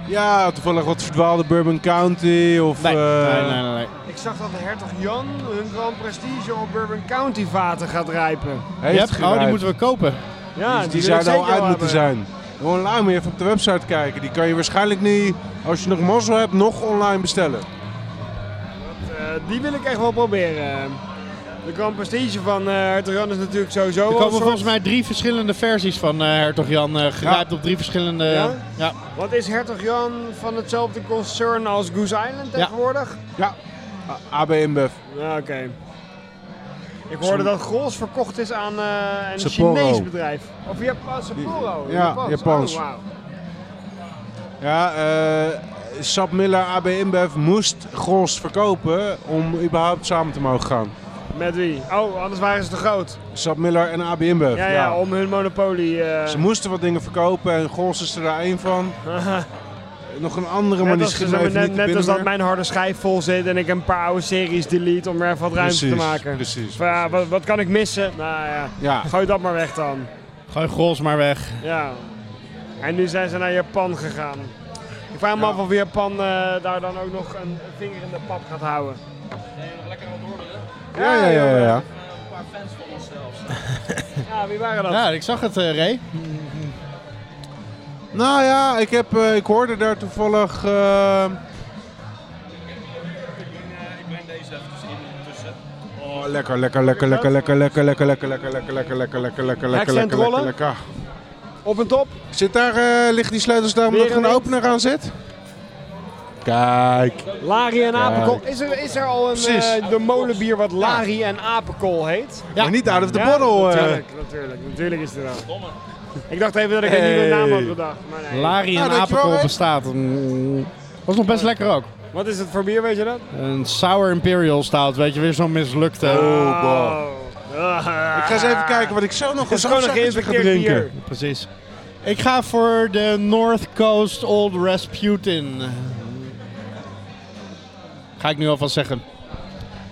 ja, toevallig wat verdwaalde Bourbon County of... Nee, eh, nee, nee, nee, nee. Ik zag dat de hertog Jan hun Grand Prestige op Bourbon County vaten gaat rijpen. heeft Yep, oh, die geruimd. moeten we kopen. Dus Ja, die, wil Ah, die ik zouden zeker al uit wel moeten hebben. zijn. Gewoon laat me even op de website kijken. Die kan je waarschijnlijk niet, als je nog mazzel hebt, nog online bestellen. Eh, die wil ik echt wel proberen. De Grand Prestige van eh hertog Jan is natuurlijk sowieso Er wel komen een soort- volgens mij drie verschillende versies van eh, Hertog Jan. eh gerijpt op drie verschillende. Ja? ja. Wat is hertog Jan van hetzelfde concern als Goose Island tegenwoordig? Ja, AB InBev. Ja, oké. Ik hoorde dat Grols verkocht is aan eh, een Sapporo. Chinees bedrijf. Of Japan, Sapporo. Ja, Japans. Oh, wauw. Ja, eh Sap Miller AB InBev moest Gros verkopen om überhaupt samen te mogen gaan. Met wie? Oh, anders waren ze te groot. Sap Miller en AB InBev. Ja, ja, om hun monopolie. eh, Ze moesten wat dingen verkopen en Gros is er daar één van. *laughs* Nog een andere, maar net die als, schiet me even dus net- niet te net als binnen dat meer. mijn harde schijf vol zit en ik een paar oude series delete om er even wat ruimte Precies, te maken. Dus precies, Van, ja, wat, wat kan ik missen? Nou ja, Ja, gooi dat maar weg dan. Gooi Grols maar weg. Ja. En nu zijn ze naar Japan gegaan. Ik vraag me af of Japan eh, daar dan ook nog een vinger in de pap gaat houden. Lekker aan het orderen. ja, ja, ja. ja, ja. Een paar fans van ons zelfs. Ja, wie waren Oh. dat? Ja, ik zag het, eh Ray. Nou ja, ik, heb, eh, ik hoorde daar toevallig... eh, Ik breng deze even in tussen. Oh, lekker, lekker, lekker, lekker, lekker, lekker, lekker, lekker, lekker, lekker, lekker, lekker, lekker, lekker, lekker, lekker, lekker, Accent lekker. Ah, Op en top? Zit daar, eh, ligt die sleutels daar omdat er een opener aan zit? Kijk. Lari en Apenkool. Is er, is er al een, Precies. eh, de molenbier wat Lari en Apenkool heet? Ja. Maar niet out of the Ja, bottle. eh. Natuurlijk, natuurlijk, natuurlijk is er wel. Ik dacht even dat ik een nieuwe naam had bedacht, maar nee. Lari en Ah, dankjewel, apenkool hè. bestaat. Mm, was nog best lekker ook. Wat is het voor bier, weet je dat? Een Sour Imperial Stout, weet je, weer zo'n mislukte. Oh, boy. Ah. Ik ga eens even kijken wat ik zo nog Het is eens gewoon een afzakkertje ga geïnfecteerd bier. drinken. Precies. Ik ga voor de North Coast Old Rasputin. Ga ik nu alvast zeggen.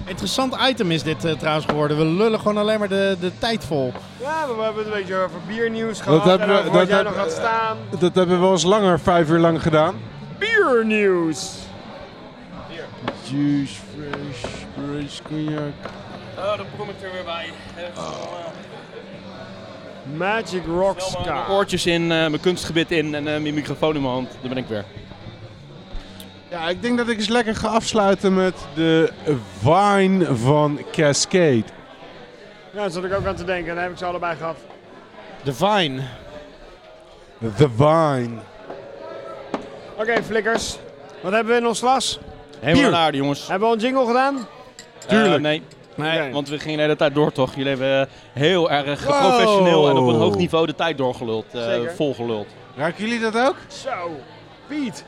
Interessant item is dit eh, trouwens geworden. We lullen gewoon alleen maar de, de tijd vol. Ja, maar we hebben het een beetje over biernieuws gehad. hebben en we- over wat dat jij hebben- nog gaat staan. Dat hebben we wel eens langer, vijf uur lang gedaan. Biernieuws! Juice, fresh, fresh, cognac. Oh, daar kom ik er weer bij. Even, eh, Magic Stel Rocks maar mijn kaart. oortjes in, eh, mijn kunstgebit in en eh, mijn microfoon in mijn hand. Daar ben ik weer. Ja, ik denk dat ik eens lekker ga afsluiten met de wine van Cascade. Ja, daar zat ik ook aan te denken. Daar heb ik ze allebei gehad. Divine. The wine. Oké, flikkers. Wat hebben we in ons glas? Helemaal naar, jongens. Hebben we al een jingle gedaan? Tuurlijk. nee, Nee. want we gingen de hele tijd door, toch? Jullie hebben eh, heel erg eh, professioneel en op een hoog niveau de tijd doorgeluld. eh, Zeker. volgeluld. Ruiken jullie dat ook? Zo, Piet.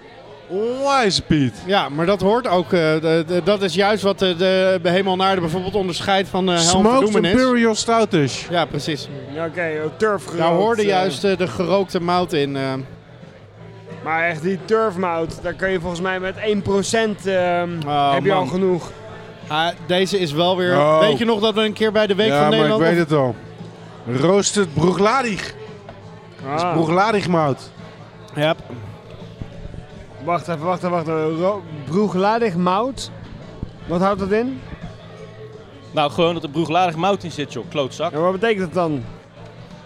Onwijs, Piet. Ja, maar dat hoort ook. eh, de- de- dat is juist wat de, de Hemel Naarden bijvoorbeeld onderscheidt van eh Helm Smoked Verdoemenis. Imperial Stoutish. Ja, precies. Ja, Oké, oh, turf gerookt. Daar hoorde eh. juist eh, de gerookte mout in. eh. Maar echt die turfmout, daar kun je volgens mij met 1% ehm, Oh, heb je al man. genoeg. Ah, deze is wel weer... Oh. Weet je nog dat we een keer bij de Week ja, van maar ik Nederland... weet het al. Roasted Broegladig. Ah, Broegladig mout. Ja, wacht even, wacht even, wacht even. Ro- Broegladig mout. Wat houdt dat in? Nou, gewoon dat er broegladig mout in zit, joh. Klootzak. En wat betekent dat dan?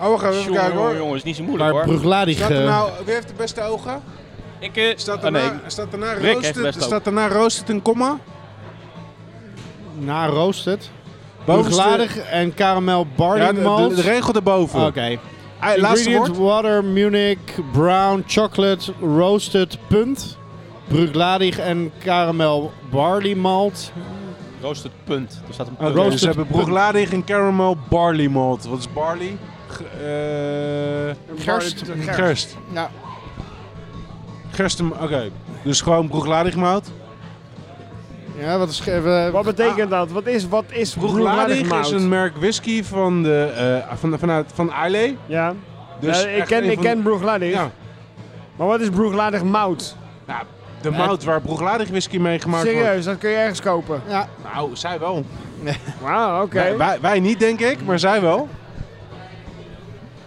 Oh, we gaan even Jongen, kijken jongen, hoor. jongen, is niet zo maar moeilijk, hoor. Brugladig... Staat er eh, nou, wie heeft de beste ogen? Ik, eh, Staat Ah, oh, daarna, nee. staat daarna, Rick heeft roasted, best ook. staat daarna roasted een komma? Na roasted. Bovenste- Hoogladig en caramel barley Ja, de, malt. de, de regel erboven. Oké. Ah, laatste Ingredient woord. water, Munich, brown, chocolate, roasted, punt. Bruichladig en caramel barley malt. Roasted punt. Er staat een Oké, punt. roasted dus we hebben punt. broeglading en caramel barley malt. Wat is barley? Ge- eh, Gerst. gerst. Ja. Gerst, oké. Dus gewoon broeglading mout. Ja, wat is... ge- eh, Wat betekent dat? Wat is, wat is broegladig Broeglading mout? is een merk whisky van, de, eh, van, vanuit, van Islay. Ja. Dus Ja, ik echt een ken, ik van- ken broegladig. Ja, Maar wat is broegladig mout? nou, de mout waar broeglading whisky mee gemaakt wordt. Serieus, dat kun je ergens kopen. Ja, Nou, zij wel. Wauw, oké. Wij, wij, wij niet, denk ik, maar zij wel.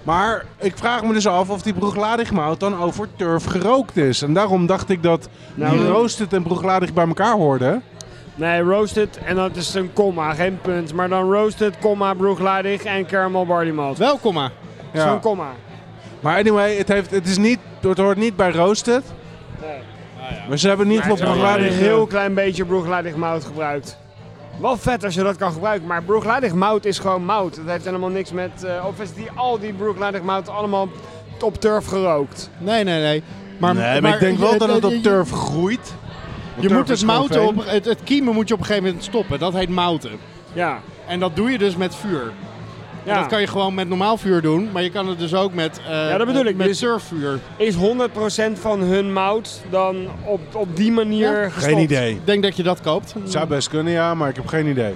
Maar ik vraag me dus af of die broegladigmout dan over turf gerookt is. En daarom dacht ik dat Nou, die eh, roasted en broegladig bij elkaar hoorden. Nee, roasted en dat is een komma, geen punt. Maar dan roasted, komma, broegladig en caramel barley malt. welkom maar. Zo'n Ja. komma. Maar anyway, het, heeft, het, is niet, het hoort niet bij roasted. Nee. Maar ze hebben in ieder Maar geval er wordt broegladig... een heel klein beetje broegladig mout gebruikt. Wel vet als je dat kan gebruiken, maar broegladig mout is gewoon mout. Dat heeft helemaal niks met... eh, of is die, al die broegladig mout allemaal op turf gerookt? Nee, nee, nee. Maar, nee, maar, ik denk je- wel dat het je- je- op turf groeit. Want Je turf moet is het gewoon mouten veen. op... Het, het kiemen moet je op een gegeven moment stoppen. Dat heet mouten. Ja. En dat doe je dus met vuur. En ja. Dat kan je gewoon met normaal vuur doen, maar je kan het dus ook met, eh dat bedoel ik. met Dus- surfvuur. Is 100% van hun mout dan op, op die manier Ja. gestopt? Geen idee. Ik denk dat je dat koopt. Zou best kunnen, ja, maar ik heb geen idee.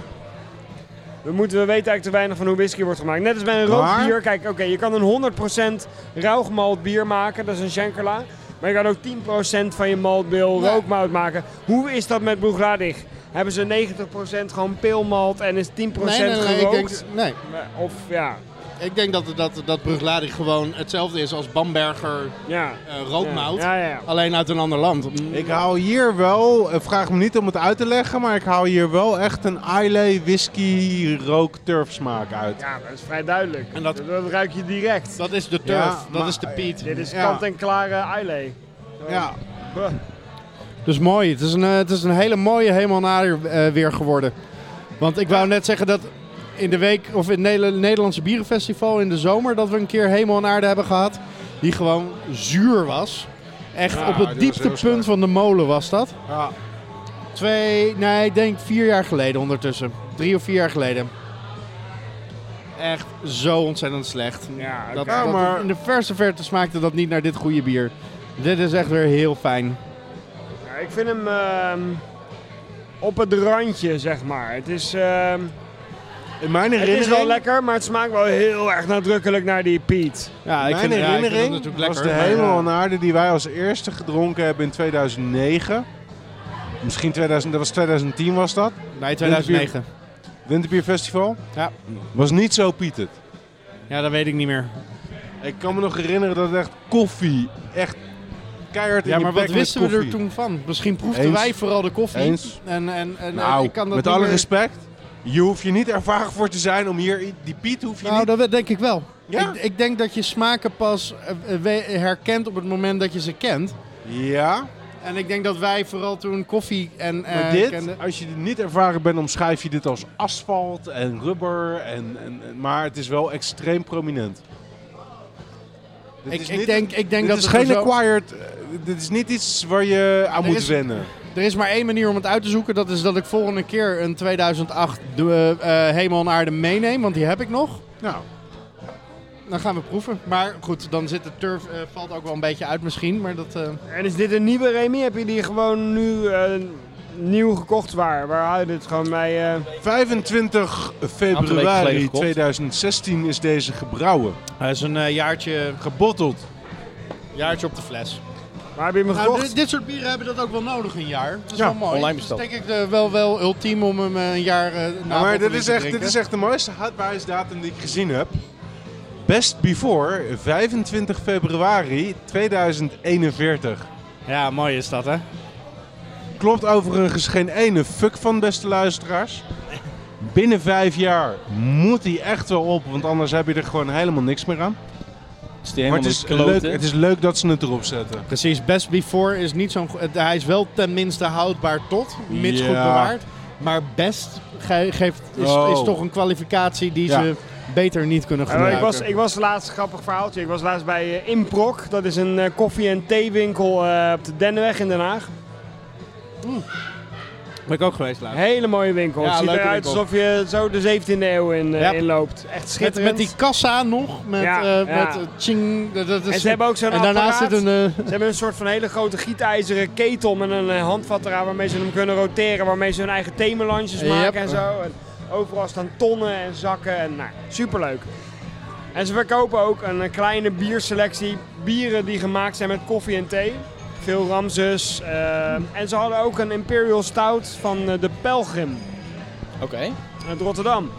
We, moeten, we weten eigenlijk te weinig van hoe whisky wordt gemaakt. Net als bij een rood Maar- bier. Kijk, oké, je kan een 100% rauwgemalt bier maken. Dat is een Shankala. Maar je kan ook 10% van je maltbil Ja. rookmout maken. Hoe is dat met Broegladig? Hebben ze 90% gewoon peelmalt en is 10% Nee, nee, nee, ik gerookt? denk, nee. Of ja, Ik denk dat, dat, dat Bruglading gewoon hetzelfde is als Bamberger ja. eh, rookmout. Ja, ja, ja. Alleen uit een ander land. Ik hou hier wel, eh, vraag me niet om het uit te leggen, maar ik hou hier wel echt een Islay whisky rook turf smaak uit. Ja, dat is vrij duidelijk. En dat- dat, ruik je direct. Dat is de turf, Ja, dat maar- is de Piet. Dit is Ja. kant-en-klare Islay. Ja, Huh. Dus mooi. Het is een, eh, het is een hele mooie helemaal nader eh, weer geworden. Want ik wou net zeggen dat in de week, of in het Nele- Nederlandse Bierenfestival in de zomer, dat we een keer hemel en aarde hebben gehad. Die gewoon zuur was. Echt Ja, op die was het heel scherp. dieptepunt van de molen was dat. ja. Twee, nee, ik denk vier jaar geleden ondertussen. Drie of vier jaar geleden. Echt zo ontzettend slecht. Ja, dat, oké. Ja, dat- maar- In de verste verte smaakte dat niet naar dit goede bier. Dit is echt weer heel fijn. Ja, ik vind hem ehm, op het randje, zeg maar. Het is... ehm, in mijn Het is wel herinnering, lekker, maar het smaakt wel heel erg nadrukkelijk naar die Piet. Ja, ik mijn vind, ja, ik vind het herinnering natuurlijk was lekker. de maar, hemel eh, en aarde die wij als eerste gedronken hebben in 2009. Misschien 2000, dat was 2010 was dat. Nee, 2009. Winterbier Festival. Ja. Was niet zo pietend. Ja, dat weet ik niet meer. Ik kan me nog herinneren dat het echt koffie, echt keihard Ja, in maar je bek wat wisten met we er koffie. toen van? Misschien proefden Eens. wij vooral de koffie. Eens. En, en, en, Nou, ik kan dat met niet alle meer- respect, je hoeft je niet ervaren voor te zijn om hier, die Piet hoef je Nou, niet... dat denk ik wel. Ja? Ik, ik denk dat je smaken pas eh, eh, we- herkent op het moment dat je ze kent. Ja, En ik denk dat wij vooral toen koffie en... eh, maar dit, kenden. als je er niet ervaren bent, omschrijf je dit als asfalt en rubber. En, en, en- maar het is wel extreem prominent. Dit Ik, is ik niet- denk, ik denk dit dat is het er geen zo- acquired... eh, Dit is niet iets waar je aan Er moet is- wennen. Er is maar één manier om het uit te zoeken. Dat is dat ik volgende keer een 2008 de, eh, eh, Hemel en Aarde meeneem. Want die heb ik nog. Nou, Dan gaan we proeven. Maar goed, dan zit de turf eh, valt ook wel een beetje uit misschien. Maar dat... eh, En is dit een nieuwe Remy? Heb je die gewoon nu eh, nieuw gekocht waar? Waar hou je dit gewoon mee? eh? 25 Aantal weken geleden februari gekocht. 2016 is deze gebrouwen. Nou, Hij is een eh, jaartje, Gebotteld. jaartje op de fles. Nou, Waar heb je hem gekocht? dit, soort bieren hebben dat ook wel nodig een jaar. Dat is Ja, wel mooi. online Dus besteld. denk ik eh, wel, wel ultiem om hem eh, een jaar eh na maar dit botteling is, te echt, drinken. dit is echt de mooiste houdbaarheidsdatum die ik gezien heb. Best before 25 februari 2041. Ja, mooi is dat hè. Klopt overigens geen ene fuck van, beste luisteraars. Binnen vijf jaar moet hij echt wel op, want anders heb je er gewoon helemaal niks meer aan. Dus die Maar helemaal het is, onder de leuk, kloten. het is leuk dat ze het erop zetten. Precies, best before is niet zo'n... go- het- Hij is wel tenminste houdbaar tot, mits Ja. goed bewaard. Maar best ge- geeft, is, Oh. is toch een kwalificatie die Ja. ze beter niet kunnen Ja, Eh, maar gebruiken. ik, was, ik was laatst, grappig verhaaltje, ik was laatst bij eh, Improk. Dat is een eh, koffie- en theewinkel eh, op de Dennenweg in Den Haag. ben ik ook geweest laatst. Hele mooie winkel. Ja, het ziet leuke eruit winkel. alsof je zo de 17e eeuw in, eh, Ja. inloopt. Echt Met, met schitterend. die kassa nog, met, Ja, eh ja. met eh, ching. Dat, dat is, en ze hebben ook zo'n en daarnaast apparaat. zit een... eh, Ze hebben een soort van hele grote gietijzeren ketel met een eh, handvat eraan waarmee ze hem kunnen roteren. Waarmee ze hun eigen themelanges Yep. maken en zo. En overal staan tonnen en zakken. En, nou, superleuk. En ze verkopen ook een eh, kleine bierselectie. Bieren die gemaakt zijn met koffie en thee. Veel Ramses. eh, en ze hadden ook een Imperial Stout van eh, de Pelgrim Oké. uit Rotterdam.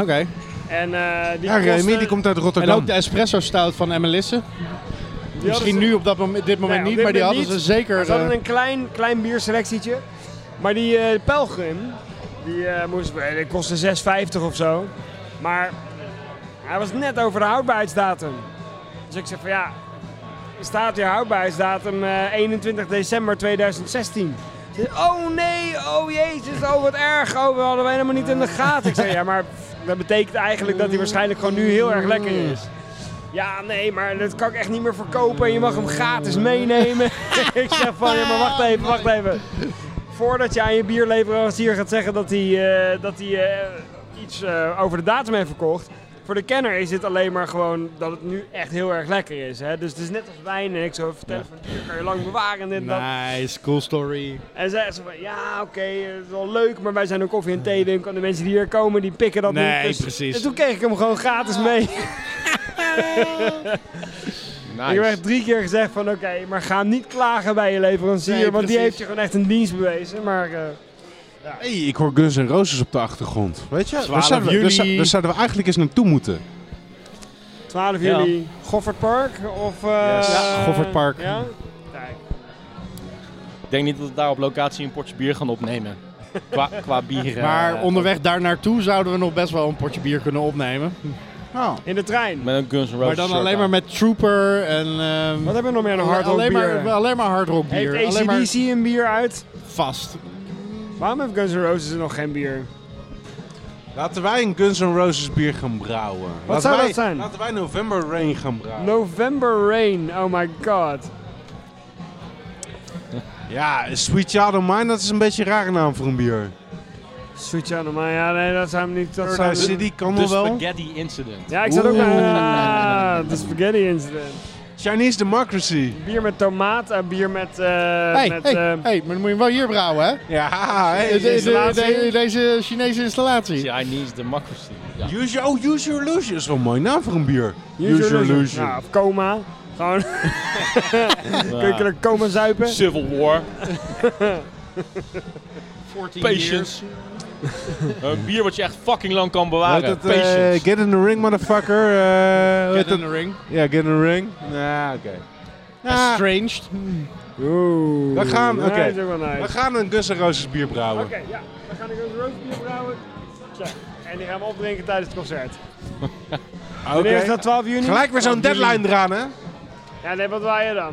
Oké. En eh, die Ja, kostte- Remy die komt uit En Rotterdam. ook de espresso stout van Emelisse. die hadden Misschien ze- nu op dat moment, dit moment Nee, Nou, op niet, maar die hadden dit moment ze niet. zeker... Ze hadden eh, een klein, klein bierselectietje. Maar die eh, pelgrim, die, eh moest, eh, die kostte 6,50 of zo. Maar hij was net over de houdbaarheidsdatum. Dus ik zeg van ja, er staat hier houdbaarheidsdatum eh, 21 december 2016. Ze zei, oh nee, oh jezus, oh wat erg. Oh, we hadden we helemaal niet in de gaten. Ik zei ja, maar pff, dat betekent eigenlijk dat hij waarschijnlijk gewoon nu heel erg lekker is. Ja, nee, maar dat kan ik echt niet meer verkopen. En je mag hem gratis meenemen. *laughs* ik zeg van, ja, maar wacht even, wacht even. Voordat je aan je bierleverancier gaat zeggen dat hij, eh, dat hij eh, iets eh, over de datum heeft verkocht. Voor de kenner is dit alleen maar gewoon dat het nu echt heel erg lekker is. Hè? Dus het is net als wijn en ik zou vertellen van, hier kan je lang bewaren en dit en dat. Nice, cool story. En zei ze van, ja oké, eh, het is wel leuk, maar wij zijn een koffie- en theewinkel. En de mensen die hier komen, die pikken dat niet. Nee, Dus- precies. En toen kreeg ik hem gewoon Ah. gratis *laughs* mee. Ik heb echt drie keer gezegd van oké, maar ga niet klagen bij je leverancier, Nee, want die precies. heeft je gewoon echt een dienst bewezen. Maar eh, Hey, ik hoor Guns N' Roses op de achtergrond. Weet je, 12 daar zouden, we, daar juli. zou- daar zouden we eigenlijk eens naartoe moeten. 12 Ja. juli, Goffertpark of... eh, Yes. Ja, Goffertpark. Ja? Kijk, Ik denk niet dat we daar op locatie een potje bier gaan opnemen. Qua, qua bieren. *laughs* Maar eh, onderweg daar naartoe zouden we nog best wel een potje bier kunnen opnemen. Nou, in de trein. Met een Guns N' Roses Maar dan shirt alleen maar aan. met Trooper en... ehm, Wat hebben we nog meer? Een hard rock alleen, bier? maar, alleen maar hard rock bier. Heeft alleen maar ACDC een bier uit? vast. Waarom heeft Guns N' Roses nog geen bier? laten wij een Guns N' Roses bier gaan brouwen. Wat zou wij, dat zijn? Laten wij November Rain gaan brouwen. November Rain, oh my god. Ja, Sweet Child of Mine, dat is een beetje een rare naam voor een bier. Sweet maar ja, nee, eh, dat zijn we niet... Dat zijn Paradise we niet. City kan De nog wel. Spaghetti Incident. Ja, ik zat ook Oeh. bij ah, de spaghetti incident. Chinese Democracy. Bier met tomaat en bier met... eh hey, met hey, eh, hey, maar dan moet je hem wel hier brouwen, hè? Ja, De- de- hey. de- installatie? de- deze Chinese installatie. Chinese Democracy. Ja. Use your, oh, use your illusion. Dat is wel een mooie naam voor een bier. Use your illusion. Nou, of coma. Gewoon, kun je er coma zuipen? Civil War. 14 Patience. *laughs* een bier wat je echt fucking lang kan Heet bewaren. dat, eh, Patience. get in the ring, motherfucker. Eh, hoe heet Get dat? in the ring. Ja, get in the ring. Ja, oké. Ah. Ja, Estranged. Oeh. We gaan- Ja, oké. is ook wel nice. we gaan een Guns N' Roses bier Oké, brouwen. ja. We gaan een roosbier brouwen. Check. En die gaan we opdrinken tijdens het concert. Wanneer is dat 12 juni? Gelijk weer zo'n 12 juli. deadline eraan, hè? Ja, nee, wat wij je dan?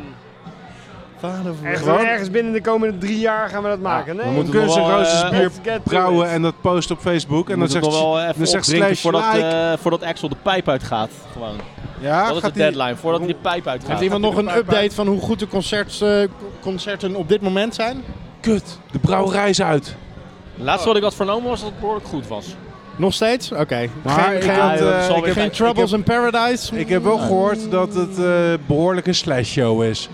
Echt Gewoon? ergens binnen de komende drie jaar gaan we dat maken. Nee, we Een moeten Guns N' nog wel, Roses eh, bier let's get to brouwen it. en dat post op Facebook. En dan Moet het zegt, nog wel even dan zegt opdrinken slash voordat, like. eh, voordat Axel de pijp uitgaat. Gewoon. ja, dat is gaat de die- Oh, deadline. Voordat hij de pijp Heeft uitgaat. iemand nog een Pijp uit. update van hoe goed de concerts, eh, concerten op dit moment zijn? Kut, de brouwerij is uit. Laatst wat ik had vernomen was dat het behoorlijk goed was. Nog steeds? Oké. Maar Geen, ik geen- had, dat eh, zal ik weer heb- geen ik Troubles in Paradise? Ik heb wel gehoord dat het eh, behoorlijk een slash show is.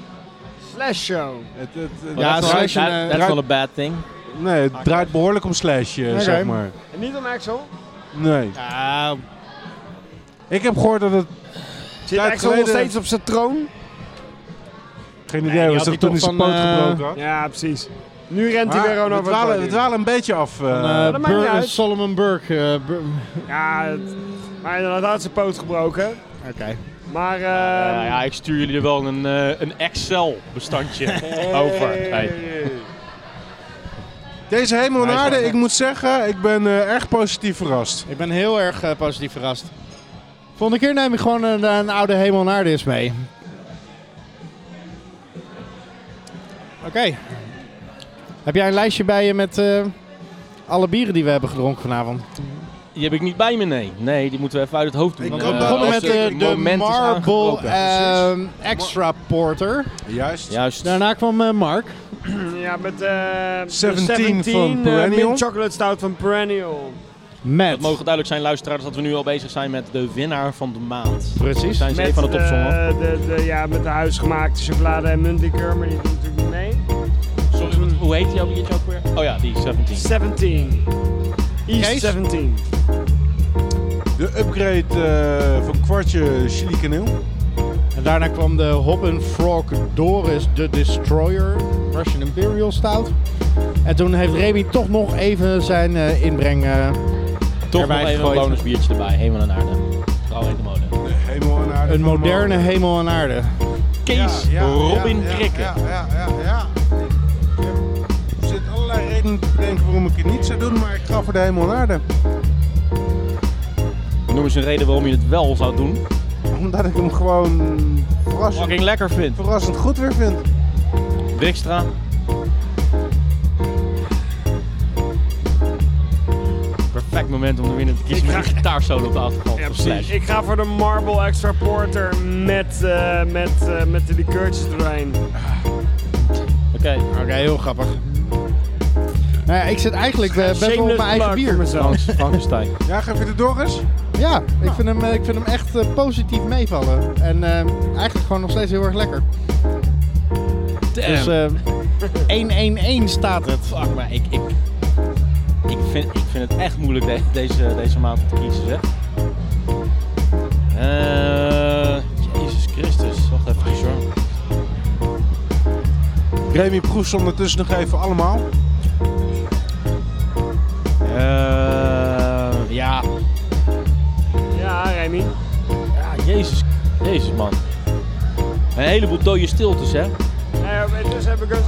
Slash show. Het, het, het- Maar Ja, dat is- slash en, dat- eh, dat is wel een bad thing. nee, het draait behoorlijk om slash, eh, Oké. zeg maar. En niet om Axel. Nee. Ah, Ja, Ik heb gehoord dat het... Zit Tijd Axel nog geleden- steeds op zijn troon? Geen die idee, was had dat toen die hij toch zijn van, poot eh, gebroken had? Ja, precies. Nu rent hij Maar weer gewoon we, over het dwalen, we podium. dwalen een beetje af. eh. eh, dat maakt niet Bur- uit. Solomon Burke. eh, Bur- Ja, het- maar inderdaad had zijn poot gebroken. Oké. Maar... eh, Nou ja, ik stuur jullie er wel een, eh, een *laughs* Excel-bestandje over. Hey. Deze hemel en Hij is aarde, wel- ik moet zeggen, ik ben eh, erg positief verrast. Ik ben heel erg eh, positief verrast. Volgende keer neem ik gewoon een, eh, een oude hemel en aarde eens mee. Oké. Heb jij een lijstje bij je met eh, alle bieren die we hebben gedronken vanavond? Die heb ik niet bij me, nee. Nee, die moeten we even uit het hoofd doen. Ik We kan We Eh, begonnen als met eh, het de moment is Marble aangebroken. ehm, Extra Porter. Juist. Juist. nou, Daarna kwam eh, Mark. Ja, met eh 17 de 17 van eh, Perennial. mint chocolate stout van Perennial. Met. Het mogen duidelijk zijn, luisteraars, dat we nu al bezig zijn met de winnaar van de maand. Precies. Zijn ze Met, van de topzongen. eh, de, de, ja, met de huisgemaakte chocolade en muntlikeur, maar die doet natuurlijk niet mee. Sorry, wat- hoe heet jouw liedje ook weer? Oh ja, die 17. 17. East Kees? 17. De upgrade eh, van kwartje chili kaneel. En daarna kwam de Hop and Frog Doris de Destroyer Russian Imperial Stout. En toen heeft Remy toch nog even zijn eh, inbreng. eh, Toch nog erbij even een gegooid. bonus biertje erbij. Hemel en aarde. Vrouw in de mode. Hemel en aarde. een van moderne Mark. hemel en aarde. Kees, Robin Krikke. Ja, ja, ja, ja. Er zitten allerlei redenen te denken waarom ik het niet zou doen, maar ik ga voor de hemel en aarde. Noem eens een reden waarom je het wel zou doen. Omdat ik hem gewoon verrassend, Fucking lekker vind. verrassend goed weer vind. Dijkstra. Perfect moment om de winnaar te kiezen Ik met een ga- gitaarsolo op de achtergrond. Ja, Of precies. slash. Ik ga voor de Marble Extra Porter met, eh, met, eh, met de liqueurtjes erin. Oké, Oké, heel grappig. Nou ja, ik zit eigenlijk eh, best wel op Shameless mijn eigen plug voor *laughs* bier. mezelf. Frans, Frankenstein. Ja, geef je de Doris? Ja, ik vind hem, eh, ik vind hem echt eh, positief meevallen. En eh, eigenlijk gewoon nog steeds heel erg lekker. Dus eh 1-1-1 staat het. Fuck, maar ik, ik, ik, vind, ik vind het echt moeilijk de- deze, deze maand om te kiezen, zeg. Eh, Jezus Christus, wacht even hoor. Remy proeft ze ondertussen nog even allemaal. Eh, ja, Ja, Remy. ja, Jezus, Jezus man. Een heleboel dode stiltes, hè. Eh, dus heb ik het.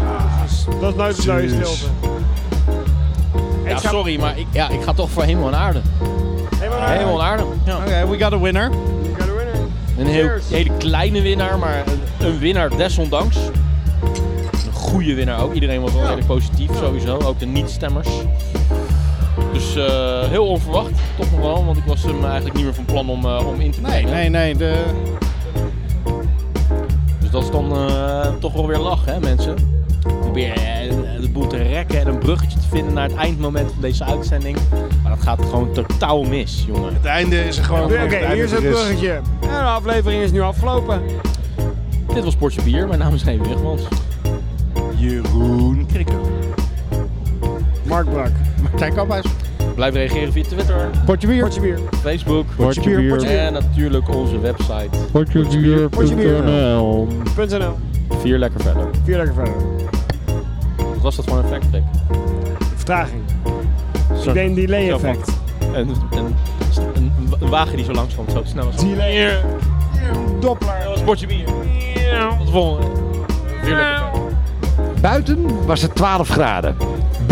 Dat is nooit een dode Jezus. stilte. Ja, Ik zou- sorry, maar ik, ja, ik ga toch voor Hemel en Aarde. Helemaal naar- Hemel en Aarde, ja. Oké, we got a winner. You got a winner. Een heel, Cheers. hele kleine winnaar, maar een, een winnaar desondanks. Een goede winnaar ook. Iedereen was wel redelijk positief sowieso. Ook de niet-stemmers. Dus eh, heel onverwacht, toch nog wel. Want ik was hem eigenlijk niet meer van plan om, eh, om in te Nee, brengen. nee, nee. De, Dus dat is dan eh, toch wel weer lach, hè mensen. Probeer eh, de boel te rekken en een bruggetje te vinden naar het eindmoment van deze uitzending. Maar dat gaat gewoon totaal mis, jongen. Het einde is er gewoon. Oké, hier is het bruggetje. En de aflevering is nu afgelopen. Dit was Portje Bier. Mijn naam is Remy Wigmans. Jeroen Krikke. Mark Brak. zijn kaphuis. Blijf reageren via Twitter, Potje bier. Potje bier. Facebook. Potje bier. Eh, Potje En natuurlijk onze website. Potjebier.nl. .nl. Vier lekker verder. Vier lekker verder. Wat was dat voor een fact Vertraging. Ik denk delay Zo van- effect. Een, een, een, een wagen die zo langs komt, zo snel als Delay. Doppler. Een sportje bier. Tot de volgende. Vier lekker verder. Buiten was het 12 graden.